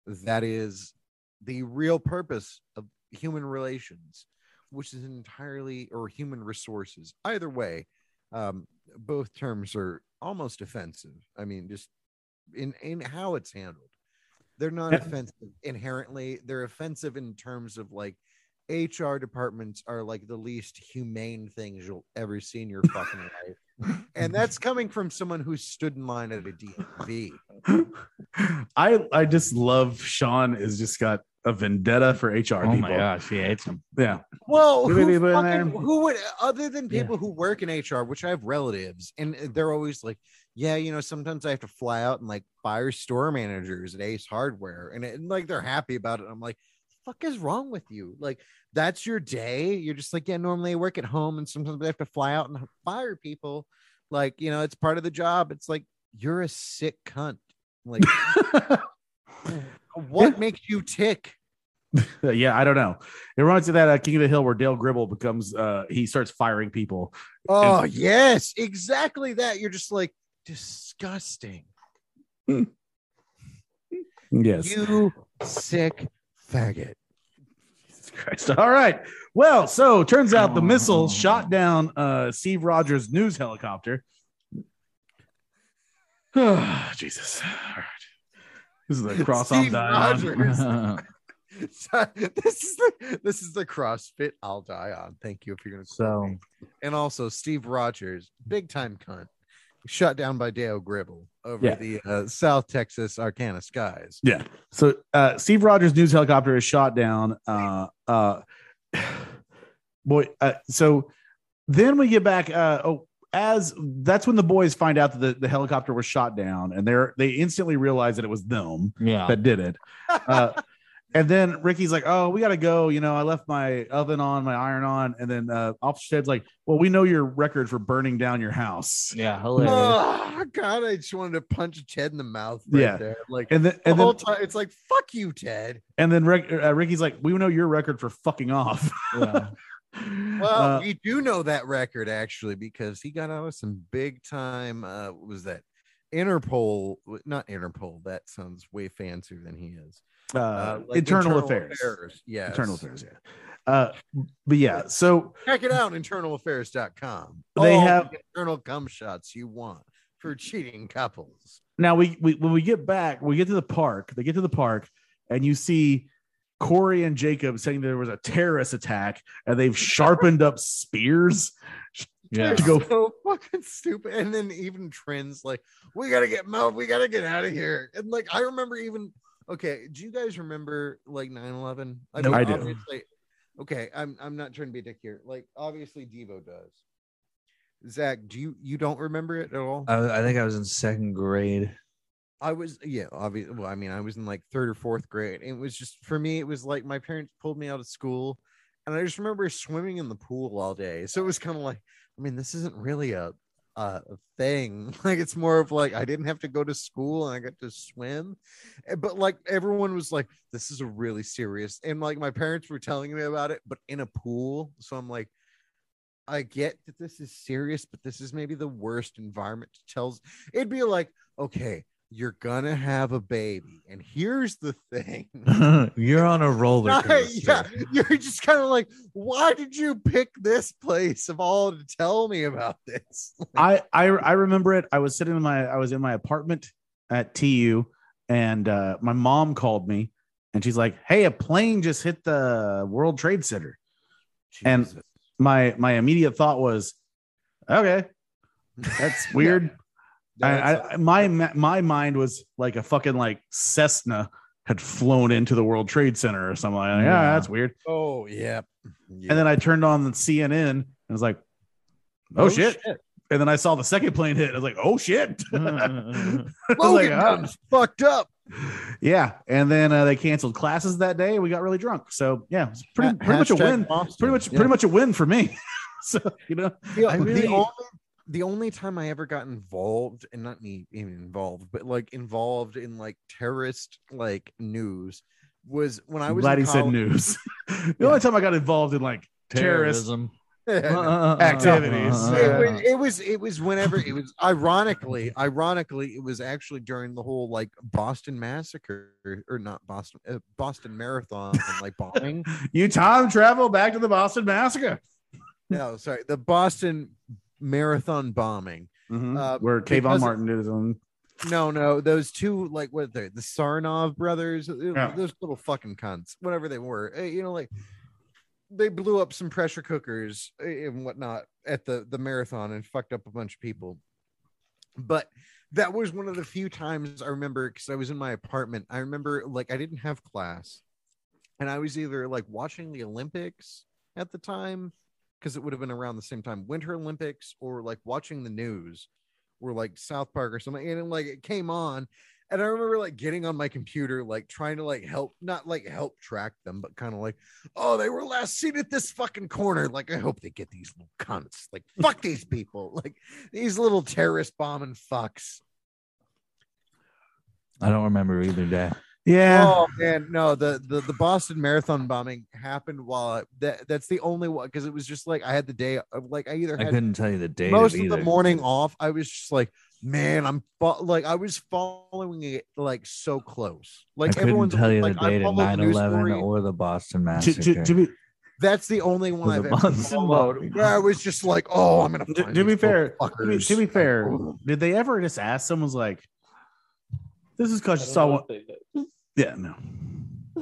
That is the real purpose of human relations, which is entirely or human resources. Either way, um, both terms are almost offensive. I mean, just in in how it's handled, they're not
Yeah.
offensive inherently. They're offensive in terms of like HR departments are like the least humane things you'll ever see in your fucking life, and that's coming from someone who stood in line at a DMV.
I I just love Sean has just got a vendetta for HR
oh
people.
my gosh, he hates him.
Yeah.
Well,
Who do
who,
they put in
fucking-
there?
who would, other than
Yeah.
people who work in HR, which I have relatives, and they're always like, yeah, you know, sometimes I have to fly out and like fire store managers at Ace Hardware, and, it, and like they're happy about it. I'm like, fuck is wrong with you? Like, that's your day. You're just like, yeah, normally I work at home, and sometimes I have to fly out and fire people. Like, you know, it's part of the job. It's like you're a sick cunt. Like, what makes you tick?
Uh, yeah, I don't know. It reminds me of that uh, King of the Hill where Dale Gribble becomes uh he starts firing people.
Oh yes, exactly that. You're just like disgusting.
Yes.
You sick faggot.
Jesus Christ. All right. Well, so turns out the
Oh.
missile shot down uh, Steve Rogers' news helicopter. Jesus. All right. This is the cross I'm
Steve
dying
Rogers.
on.
So, this is the this is the CrossFit I'll die on. Thank you if you're gonna quote
So-
me. and also Steve Rogers, big time cunt, shut down by Dale Gribble over
Yeah.
the uh, South Texas Arcana skies.
So uh, Steve Rogers' news helicopter is shot down. Uh, uh, boy, uh, so then we get back. Uh, oh, as that's when the boys find out that the, the helicopter was shot down, and they're they instantly realize that it was them.
Yeah.
that did it. Uh, and then Ricky's like, "Oh, we gotta go. You know, I left my oven on, my iron on." And then uh, Officer Ted's like, "Well, we know your record for burning down your house."
yeah. Hilarious.
Oh God, I just wanted to punch Ted in the mouth right
Yeah.
there. Like
And then,
the
and
whole
then,
time, it's like fuck you, Ted.
and then Rick, uh, Ricky's like, "We know your record for fucking off."
Yeah.
Well,
Uh,
we do know that record actually because he got out of some big time. Uh, what was that Interpol? Not Interpol. That sounds way fancier than he is.
uh,
like
internal, affairs,
Yes.
internal affairs. Yeah, uh, but yeah, so
Check it out, internalaffairs.com.
They
All
have-
the internal cum shots you want for cheating couples.
now we, we when we get back, we get to the park. They get to the park, and you see Corey and Jacob saying there was a terrorist attack, and they've sharpened up spears.
Yeah.
They're
To go-
so fucking stupid. And then even trends like, we gotta get Mo, we gotta get out of here. And like I remember even okay, do you guys remember like 9-11? I
No, I do.
obviously- okay, I'm I'm not trying to be a dick here. Like obviously Devo does. Zach, do you you don't remember it at all?
Uh,
I, I think I was in second grade.
I was yeah, obviously. Well, I mean, I was in like third or fourth grade. and It was just for me. It was like my parents pulled me out of school, and I just remember swimming in the pool all day. So it was kind of like, I mean, this isn't really a a a thing. Like it's more of like I didn't have to go to school and I got to swim, Eh, but like everyone was like, this is a really serious. And like my parents were telling me about it, but in a pool. So I'm like. I get that this is serious, but this is maybe the worst environment to tell. It'd be like, okay, you're gonna have a baby and here's the thing
You're on a roller
yeah you're just kind of like why did you pick this place of all to tell me about this
I, I I remember it. I was sitting in my I was in my apartment at TU, and uh, my mom called me, and she's like, "Hey, a plane just hit the World Trade Center." And-
Jesus.
My my immediate thought was, "Okay, that's weird." I,
That's-
I, my my mind was like a fucking like Cessna had flown into the World Trade Center or something. Like, that. yeah,
Yeah.
that's weird.
oh yeah.
And then I turned on the CNN and was like, "Oh, shit. And then I saw the second plane hit. I was like, "Oh shit!"
Mm-hmm.
coaster.
I was
Logan
like, "Ah."
Dunn's fucked up
Yeah, and then uh, they canceled classes that day. We got really drunk, so yeah, it's pretty pretty much a
Hashtag
win.
Boston.
Pretty much,
Yeah.
pretty much a win for me. so you know,
Yeah,
I
the
really-
only the only time I ever got involved, and not me even involved, but like involved in like terrorist like news was when I
I'm
was
glad
in
he said
college-
news. the only time I got involved in like terrorist, activities.
it, was, it was it was whenever it was ironically ironically it was actually during the whole like Boston massacre or not Boston uh, Boston marathon and, like bombing
you time travel back to the Boston Massacre,
no sorry the Boston marathon bombing Uh,
where
because
Kayvon
of-
Martin did his own.
no no those two like what they the Sarnov brothers uh,
Yeah.
those little fucking cunts whatever they were uh, you know like they blew up some pressure cookers uh, and whatnot at the the marathon and fucked up a bunch of people but that was one of the few times I remember because I was in my apartment. I remember like I didn't have class, and I was either like watching the Olympics at the time because it would have been around the same time Winter Olympics or like watching the news or like South Park or something. And like it came on, and I remember like getting on my computer, like trying to like help, not like help track them, but kind of like, oh, they were last seen at this fucking corner. Like I hope they get these little cunts. Like fuck these people. Like these little terrorist bombing fucks.
I don't remember either day.
Yeah.
Oh man, no the, the the Boston Marathon bombing happened while I, that that's the only one because it was just like I had the day of like I either
I
had
couldn't tell you the date.
most
of,
of the
either.
morning off. I was just like, man, I'm fo- like I was following it like so
I
close. Like
couldn't
everyone's
tell you
like
the date
I
of
followed the
9
news
11
story.
or the Boston
To,
Massacre.
to, to be
That's the only one
the
I've ever
Boston
followed
bombing.
where I was just like, oh, I'm gonna.
to-
find
to be
these little
fair, to be, to be
fuckers.
fair, did they ever just ask someone's like, "This is because you saw one"? Yeah, no.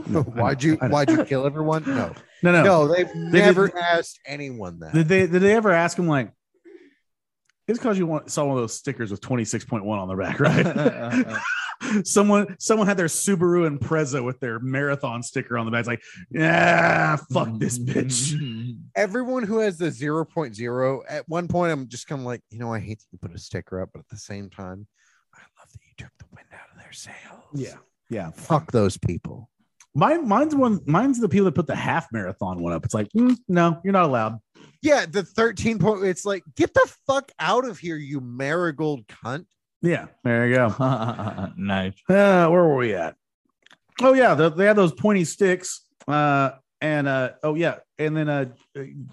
No, I
why'd
know,
you
I know.
why'd you kill everyone? No,
No, no.
no, they've
did-
never asked anyone that.
Did they did they ever ask him like it's because you want, saw one of those stickers with 26.1 on the back, right? someone someone had their Subaru Impreza with their marathon sticker on the back. It's like, yeah, fuck this bitch.
everyone who has the 0.0 at one point i'm just kind of like you know i hate that you put a sticker up but at the same time i love that you took the wind out of their sails
Yeah. Yeah.
fuck those people
Mine mine's one mine's the people that put the half marathon one up. It's like, mm, no, you're not allowed.
yeah the 13 point it's like get the fuck out of here you marigold cunt
Yeah, there you go.
nice.
Uh, where were we at? Oh yeah, the, they have those pointy sticks. Uh, and uh, oh yeah, and then uh,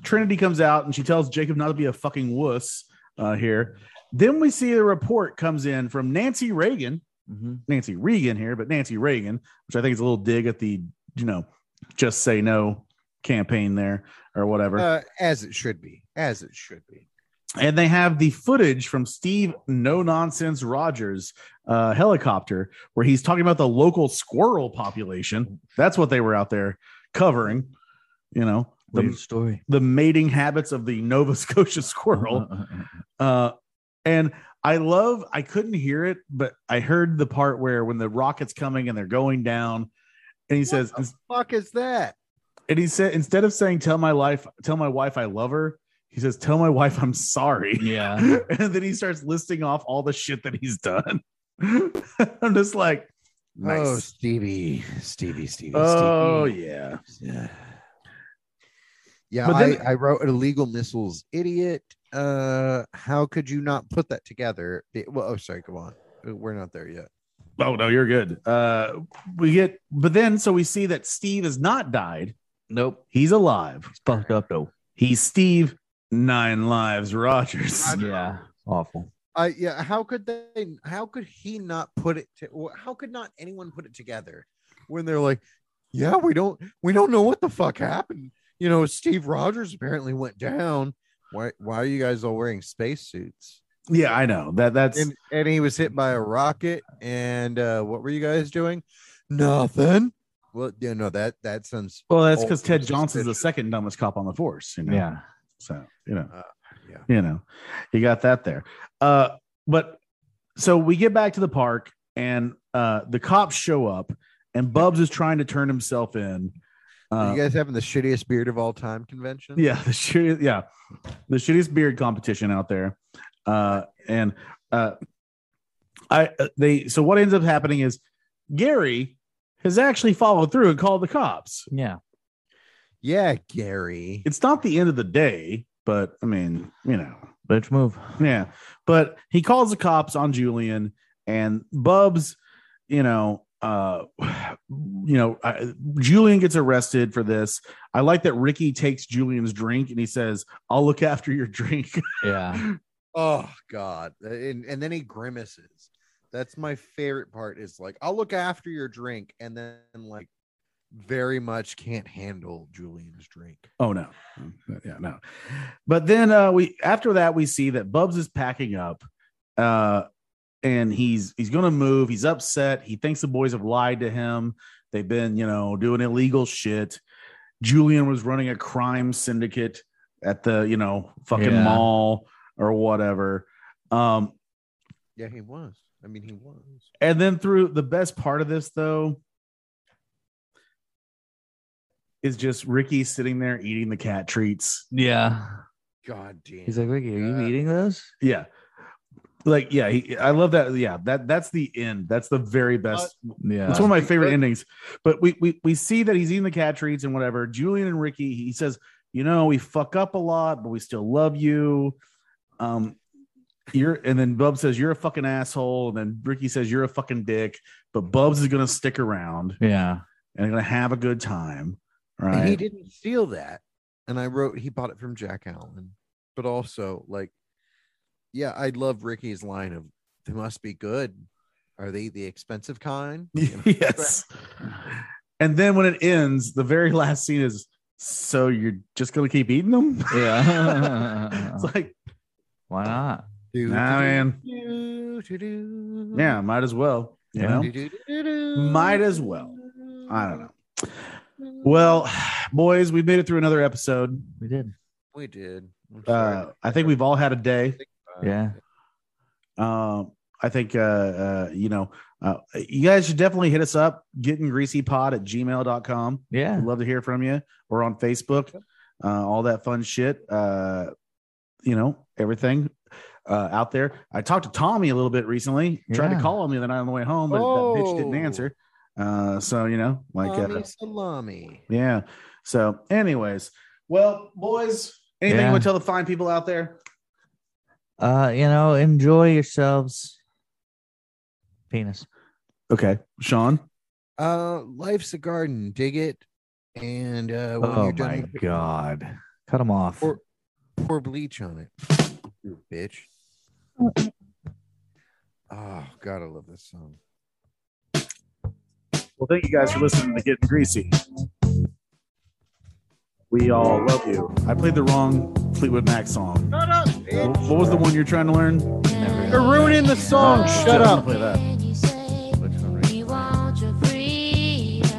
Trinity comes out and she tells Jacob not to be a fucking wuss uh, here. Then we see the report comes in from Nancy Reagan,
Mhm.
Nancy Reagan here, but Nancy Reagan, which I think is a little dig at the you know just say no campaign there or whatever.
uh, as it should be as it should be
and they have the footage from Steve No Nonsense Rogers uh, helicopter where he's talking about the local squirrel population. That's what they were out there covering, you know,
Weird
the,
story. Uh-huh.
the mating habits of the Nova Scotia squirrel. Uh, and I love, I couldn't hear it, but I heard the part where when the rocket's coming and they're going down, and he says,
the fuck is that
and he said, instead of saying, tell my life, tell my wife I love her, he says, tell my wife I'm sorry
yeah.
and then he starts listing off all the shit that he's done. I'm just like,
oh
nice.
stevie stevie stevie
Oh, yeah.
stevie yeah yeah
But then-
I, I wrote illegal missiles idiot uh how could you not put that together Be- well oh sorry come on we're not there yet
Oh no, you're good. Uh, we get, but then so we see that Steve has not died.
Nope.
He's alive.
It's fucked up though.
He's Steve Nine Lives Rogers.
Yeah. Awful.
I yeah. How could they? How could he not put it? To, or how could not anyone put it together when they're like, yeah, we don't, we don't know what the fuck happened. You know, Steve Rogers apparently went down. Why? Why are you guys all wearing spacesuits?
Yeah, I know that. That's
And and he was hit by a rocket. And uh, what were you guys doing? Nothing. Well, you know that that sounds.
well, that's because
Oh,
Ted
it's
Johnson's the
suspicious.
second dumbest cop on the force. You know?
Yeah.
So you know,
Uh, yeah.
you know, you got that there. Uh, but so we get back to the park, and uh, the cops show up, and Bubs is trying to turn himself in.
Are
Uh,
you guys having the shittiest beard of all time convention?
yeah, the shittiest, yeah, the shittiest beard competition out there. Uh, and uh, I uh, they so what ends up happening is Gary has actually followed through and called the cops.
Yeah.
Yeah, Gary.
It's not the end of the day, but I mean, you know.
Bitch move.
Yeah. But he calls the cops on Julian and Bubs, you know, uh you know, I, Julian gets arrested for this. I like that Ricky takes Julian's drink and he says, "I'll look after your drink."
Yeah.
Oh God. And and then he grimaces. That's my favorite part is like, I'll look after your drink. And then like very much can't handle Julian's drink.
oh no. Yeah, no. But then uh we after that we see that Bubs is packing up uh and he's he's going to move. He's upset. He thinks the boys have lied to him. They've been, you know, doing illegal shit. Julian was running a crime syndicate at the, you know, fucking
Yeah.
mall or whatever. Um
Yeah, he was. I mean, he was.
and then through the best part of this though is just Ricky sitting there eating the cat treats.
Yeah.
God damn.
He's like, Ricky, are you
Yeah.
eating those?
Yeah. Like yeah, he, I love that. Yeah, that that's the end. That's the very best.
Yeah.
It's one of my
Honestly,
favorite
good.
endings. But we, we we see that he's eating the cat treats and whatever. Julian and Ricky, he says, you know, we fuck up a lot, but we still love you. Um, you're and then Bub says you're a fucking asshole, and then Ricky says you're a fucking dick. But Bubs is gonna stick around
Yeah.
and they're gonna have a good time,
And
right?
He didn't steal that. And I wrote he bought it from Jack Allen. But also, like, yeah, I love Ricky's line of they must be good. Are they the expensive kind? You know?
yes. And then when it ends, the very last scene is so you're just gonna keep eating them.
Uh-huh.
Yeah.
it's like
Why not?
Do,
Nah,
do,
man.
do, do, do.
yeah, might as well. You
Yeah.
know,
Do, do, do, do, do.
might as well. I don't know. Well, boys, we've made it through another episode.
We did.
We did. I'm sorry.
Uh, I think we've all had a day.
Uh,
Yeah.
Um, I think, uh, uh, you know, uh, you guys should definitely hit us up, gettinggreasypod at gmail.com.
Yeah.
We'd love to hear from you. We're on Facebook, uh, all that fun shit. Uh, you know, everything uh, out there. I talked to Tommy a little bit recently, tried to
Yeah.
call him the other night on the way home, but that bitch didn't
Oh.
answer. Uh, so, you know, like, uh,
Salami, salami.
yeah. So, anyways, well, boys, anything
Yeah.
you want to tell the fine people out there?
Uh, you know, enjoy yourselves. Penis.
Okay, Sean.
Uh, life's a garden. Dig it. And uh, when
Oh
you're done
my
with it,
god. Cut him off.
Or- pour bleach on it. You bitch. Oh, God, I love this song.
Well, thank you guys for listening to Getting Greasy. We all love you. I played the wrong Fleetwood Mac song.
Shut up,
What what was the one you're trying to learn?
You're ruining the song.
Uh,
Shut
Justin,
up.
Play that.
We want your freedom.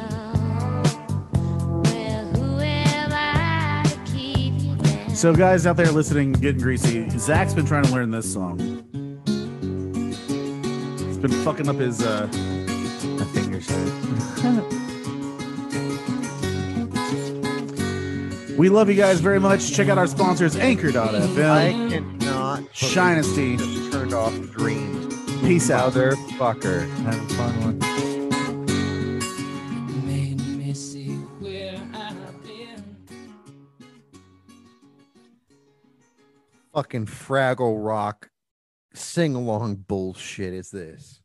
Well, who am I to keep you down?
So, guys out there listening, Getting Greasy, Zach's been trying to learn this song. It's been fucking up his. uh
My fingers hurt.
We love you guys very much. Check out our sponsors,
I
Anchor.fm.
cannot.
Shinesty.
Just turned off dreams.
Peace out.
Motherfucker.
Have a fun one.
made me see where I've been.
Fucking Fraggle Rock sing along bullshit is this.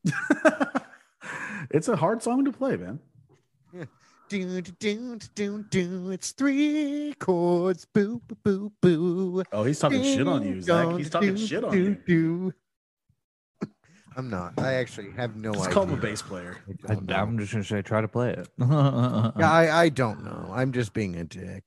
it's a hard song to play, man.
Do, do, do, do, do. It's three chords. Boo, boo, boo, boo.
Oh, he's talking shit on you, Zach. He's talking shit on you.
you. I'm not. I actually have no
Just
idea.
call him a bass player.
I
I,
don't know.
I'm just gonna say try to play it.
Yeah, I, I don't know. I'm just being a dick.